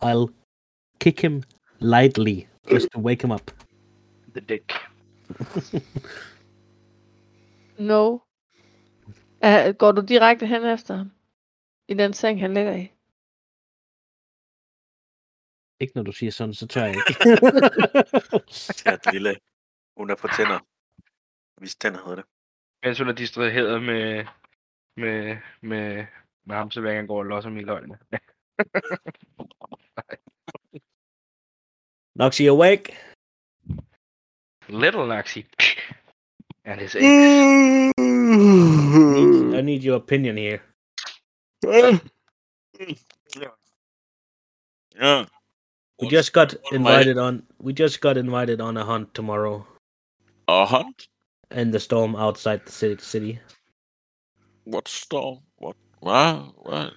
I'll kick him lightly just to wake him up. The dick. No. Uh, går du direkte hen efter ham? I den seng, han ligger i? Ikke når du siger sådan, så tør jeg ikke. Skat lille. Hun er på tænder. Hvis den hedder det. Mens hun er distraheret med, med, med, med ham, så hver gang går og losser mine løgne. Noxie awake. Little Naxi. And his egg. I Need- need your opinion here. Mm. yeah. We just got What am I- invited on. We just got invited on a hunt tomorrow A hunt? in the storm outside the city. city. What storm? What? Wow. What?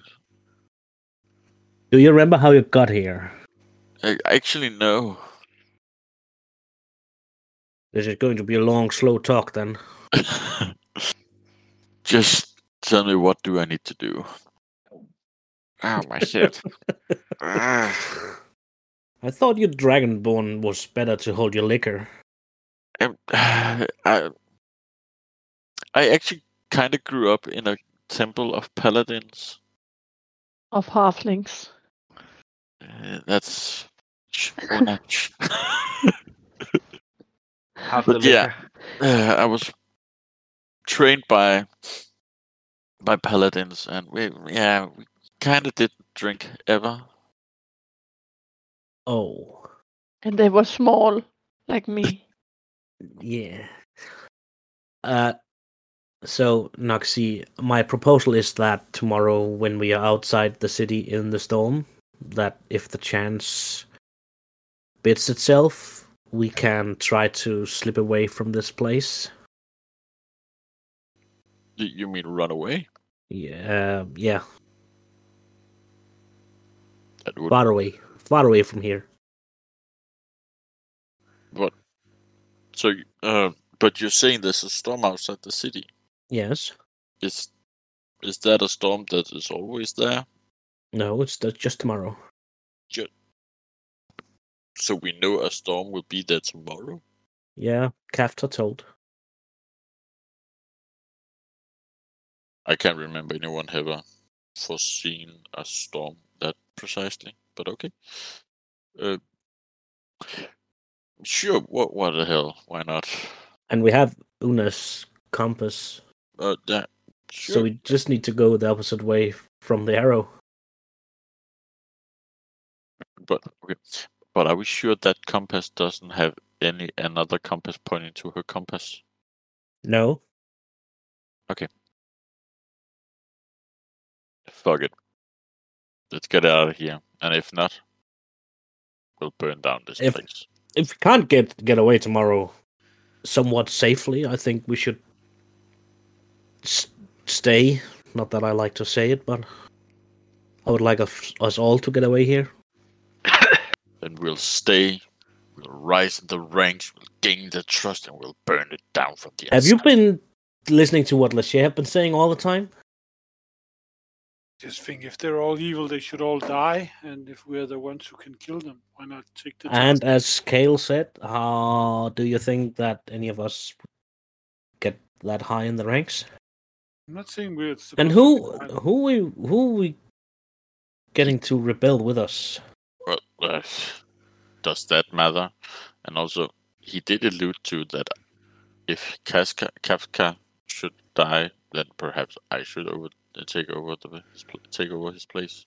Do you remember how you got here? I actually no. This is going to be a long, slow talk. Then Just tell me what do I need to do? Oh my shit. Ah. I thought your dragonborn was better to hold your liquor. Um, I, I actually kind of grew up in a temple of paladins. Of halflings. Uh, that's sh- oh, no, sh- Half But the yeah. liquor. Uh, I was trained by by paladins, and we yeah we kind of didn't drink ever. Oh, And they were small, like me. yeah. Uh, so Noxie, my proposal is that tomorrow, when we are outside the city in the storm, that if the chance bids itself, we can try to slip away from this place. Y- You mean run away? Yeah, uh, yeah, That would far away, far away from here. so. you- Uh, but you're saying there's a storm outside the city. Yes. Is is that a storm that is always there? No, it's ju- just tomorrow. So we know a storm will be there tomorrow. Yeah, Kafta told. I can't remember anyone uh, ever foreseen a storm that precisely, but okay. Uh, Sure, what what the hell? Why not? And we have Una's compass, Uh, that, sure. so we just need to go the opposite way from the arrow. But okay. But are we sure that compass doesn't have any another compass pointing to her compass? No, Fuck it. Let's get out of here. And if not, we'll burn down this If- place. if we can't get get away tomorrow, somewhat safely, I think we should s- stay. Not that I like to say it, but I would like us, us all to get away here. Then we'll stay. We'll rise in the ranks. We'll gain the trust, and we'll burn it down from the Have you inside. been listening to what Lachey have been saying all the time? Just think if they're all evil, they should all die. And if we're the ones who can kill them, why not take the And task? as Kale said, uh, do you think that any of us get that high in the ranks? I'm not saying we're. supposed And to who be bad. who we who we getting to rebel with us? Well, uh, does that matter? And also, he did allude to that if Kafka, Kafka should die, then perhaps I should over, uh, take over the his, pl- take over his place.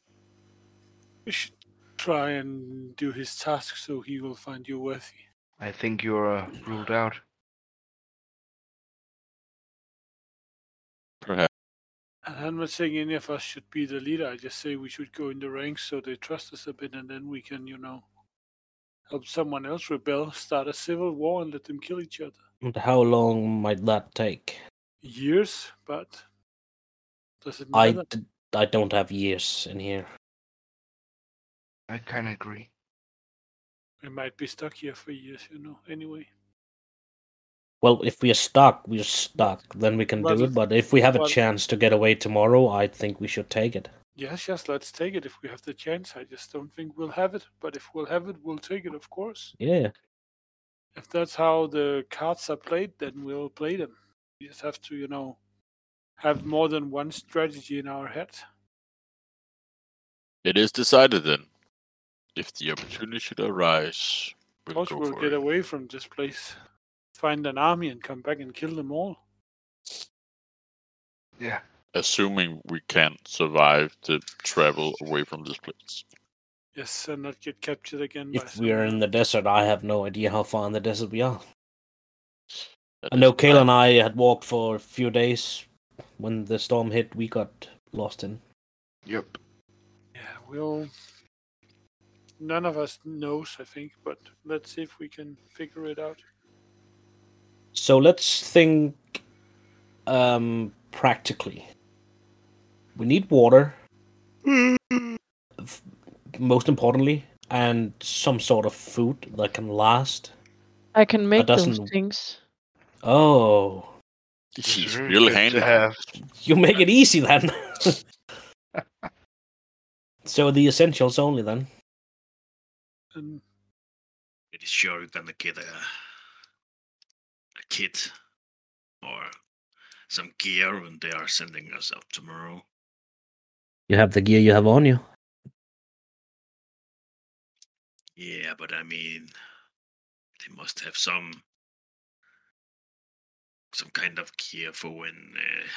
We should try and do his task so he will find you worthy. I think you're uh, ruled out. Perhaps And I'm not saying any of us should be the leader. I just say we should go in the ranks so they trust us a bit, and then we can, you know, help someone else rebel, start a civil war, and let them kill each other. And how long might that take? Years, but does it I matter? d- I don't have years in here. I kind of agree. We might be stuck here for years, you know. Anyway, Well, if we are stuck, we are stuck. Then we can do Well, it. But if we have a well- chance to get away tomorrow, I think we should take it. yes, yes, let's take it if we have the chance. I just don't think we'll have it, but if we'll have it, we'll take it, of course. Yeah. If that's how the cards are played, then we'll play them. We just have to, you know, have more than one strategy in our head. it is decided then. If the opportunity should arise, Of we'll course, go we'll for get it. away from this place, find an army, and come back and kill them all. Yeah. Assuming we can't survive the travel away from this place. Yes, and not get captured again. by If we are someone. in the desert, I have no idea how far in the desert we are. That I know is- Kale and I had walked for a few days. When the storm hit, we got lost in. Yep. Yeah, we'll. None of us knows, I think, but let's see if we can figure it out. So let's think um, practically. We need water, f- most importantly, and some sort of food that can last. I can make those doesn't- things. Oh, He's Sure, really good to handy. have. you make it easy then. so the essentials only then. And It is sure you gonna get a, a kit or some gear when they are sending us out tomorrow. You have the gear you have on you. Yeah, but I mean, they must have some some kind of gear for when uh,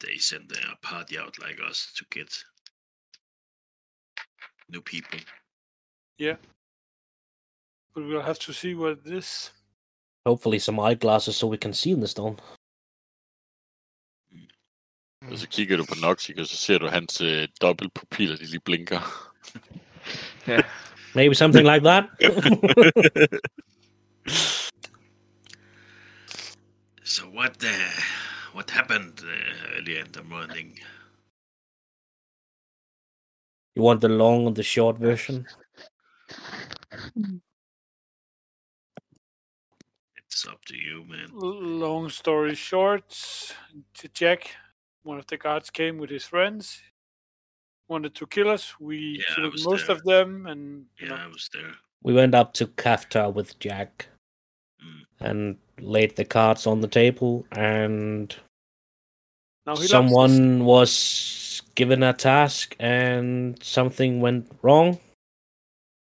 they send their party out like us to get new people. but we'll have to see what this. Hopefully some eyeglasses so we can see in the storm. Og så kigger du på Noxik, og så ser du hans øh, dobbeltpupiller, de lige blinker. Yeah. Maybe something like that. So what uh, what happened uh, earlier in the morning? you want the long and the short version? It's up to you, man. L- Long story short, to Jack, one of the guards came with his friends, wanted to kill us. We Yeah, I killed was most there. of them, and you Yeah, know, I was there. We went up to Kafta with Jack Hmm. Mm. and laid the cards on the table and now he loves us. someone was given a task and something went wrong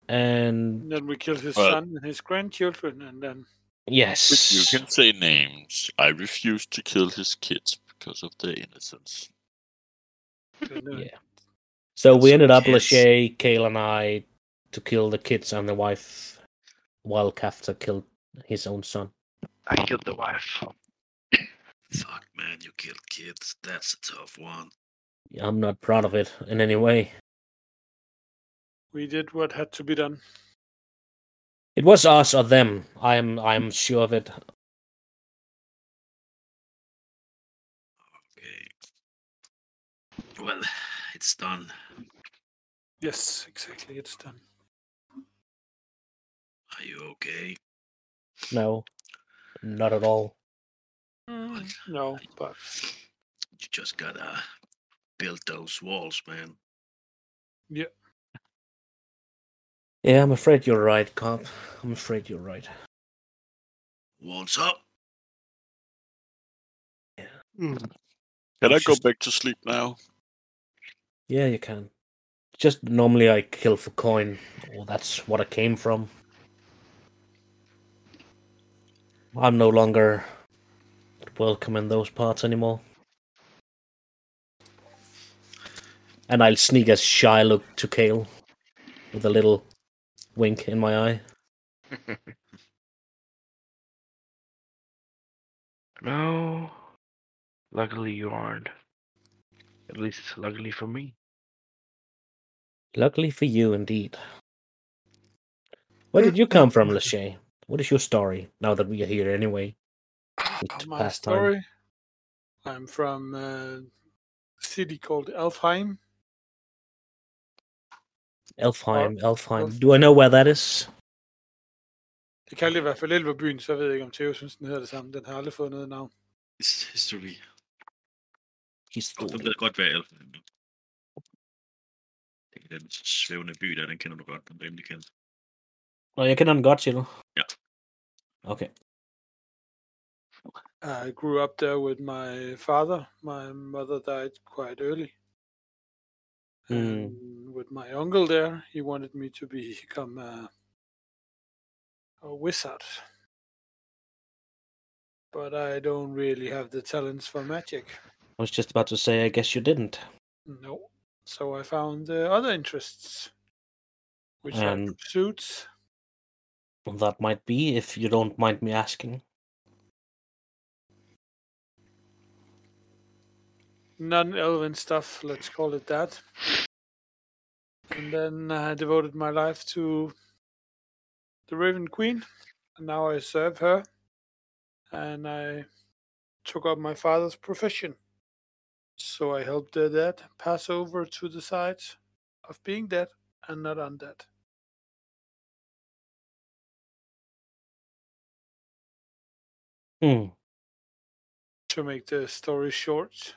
and then we killed his Well- son and his grandchildren, and then yes, You can say names. I refuse to kill his kids because of their innocence. then, uh, Yeah. So we Some ended up, kids. Lachey, Kale, and I, to kill the kids and the wife, while Kafta killed his own son. I killed the wife. Fuck, man, you killed kids. That's a tough one. I'm not proud of it in any way. we did what had to be done. It was us or them. I'm I'm sure of it. Okay. Well, it's done. Yes, exactly. It's done. Are you okay? No, not at all. Mm, No, but You just gotta build those walls, man. Yeah, I'm afraid you're right, cop. I'm afraid you're right. Walls up. Hmm. Can I It's go just- back to sleep now? Yeah, you can. Just normally I kill for coin. Well, that's what I came from. I'm no longer welcome in those parts anymore. And I'll sneak a shy look to Kale with a little wink in my eye. No. Luckily you aren't. At least luckily for me. Luckily for you, indeed. Where did you come from, Lachey? What is your story now that we are here anyway? It's my past time. story. I'm from uh, a city called Elfheim. Elfheim, Elfheim. Elf- Do I know where that is? Det kaldte i hvert fald Elverbyen, så ved jeg ikke, om Theo synes, den hedder det samme. Den har aldrig fået noget navn. It's history. He's Og du ved godt, hvad elfen er. Det er den svævende by der, den kender du godt. Den er rimelig kendt. Nå, jeg kender den godt, siger du? Ja. Okay. I grew up there with my father. My mother died quite early. Mm. And with my uncle there, he wanted me to become a, a wizard. But I don't really have the talents for magic. I was just about to say, I guess you didn't. No. So I found uh, other interests, which I And- pursued. Um, That might be, if you don't mind me asking. non elven stuff, let's call it that. And then I devoted my life to the Raven Queen, and now I serve her. And I took up my father's profession. So I helped their dead pass over to the side of being dead and not undead. Hmm. To make the story short,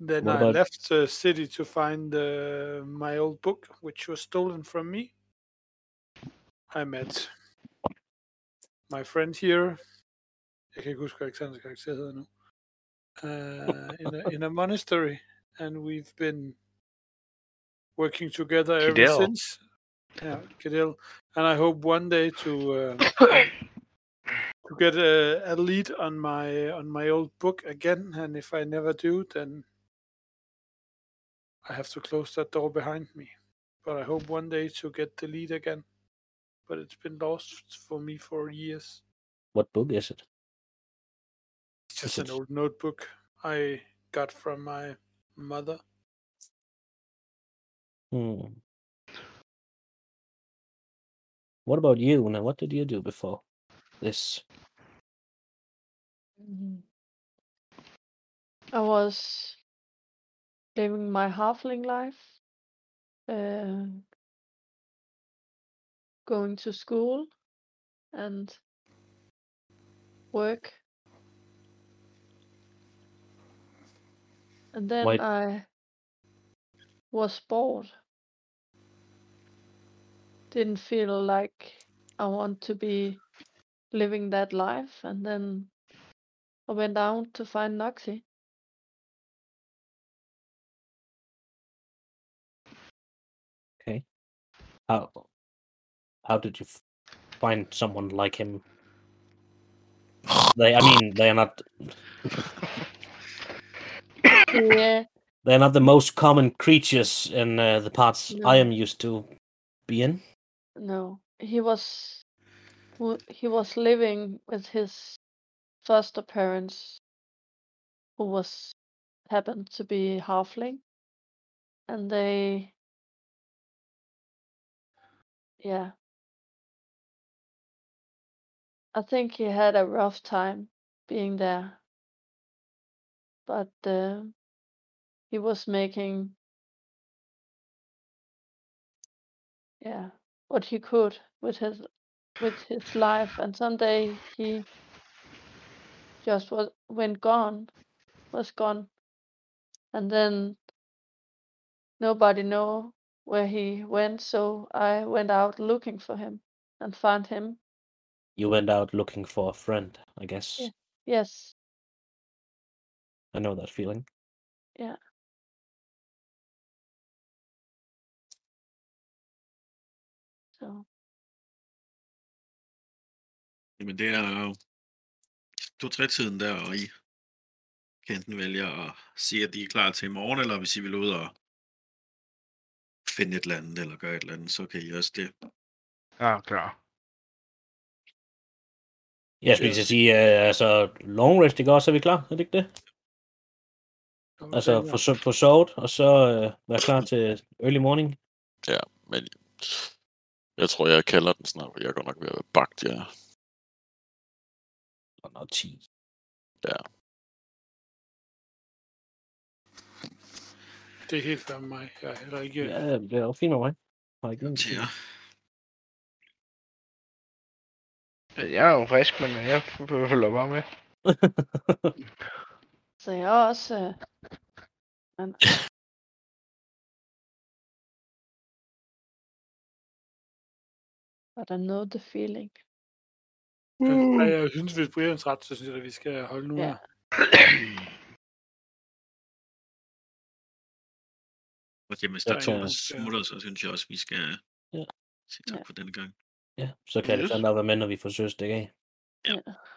then I What about- left the city to find uh, my old book, which was stolen from me. I met my friend here. Jeg kan ikke huske, hvad Alexanders karakter hedder nu. Uh, in, a, in a monastery, and we've been working together ever Kidel. since. Yeah, Kadil. And I hope one day to uh, to get a, a lead on my on my old book again. And if I never do, then I have to close that door behind me. But I hope one day to get the lead again. But it's been lost for me for years. What book is it? It's just Is an it- old notebook I got from my mother. Hmm. What about you? Now, what did you do before this? Mhm. I was living my halfling life, uh, going to school and work. And then Why- I was bored. Didn't feel like I want to be living that life. And then I went out to find Noxie. Okay. How how did you f- find someone like him? They, I mean, they are not Yeah. they're not the most common creatures in uh, the parts No. I am used to be in. No, he was w- he was living with his foster parents, who was happened to be halfling, and they, yeah, I think he had a rough time being there, but uh, he was making, yeah, what he could with his with his life, and someday he just was went gone, was gone, and then nobody know where he went. So I went out looking for him and found him. You went out looking for a friend, I guess. Yeah. Yes, I know that feeling. so Jamen det er to tre tiden der, og I kan enten vælge at sige, at de er klar til i morgen, eller hvis I vil ud og finde et eller andet, eller gøre et eller andet, så kan I også det. Ja, klar. Jeg skulle lige til at sige, øh, altså long rest, ikke også? Er vi klar? Er det ikke det? Altså få, so- få sovet, og så øh, være klar til early morning. Men jeg tror, jeg kalder den snart, for jeg er godt nok ved at være bagt, ja. Og nå, 10. Det er helt fair med mig. Jeg er heller ikke... Ja, det er jo fint med mig. Har ikke nogen Til jer. Øh, Jeg er jo frisk, men jeg f- følger bare med. så jeg er også. øh, Men but I know the feeling. Ja, Hmm. jeg synes, hvis Brians ret, så synes jeg, at vi skal holde nu Ja. her. Og jamen, hvis Jeg der er tror- to, der smutter, så synes jeg også, vi skal Ja. sige tak Ja. for denne gang. Ja, så kan Yes. yes. Alexander være med, når vi får søst, ikke?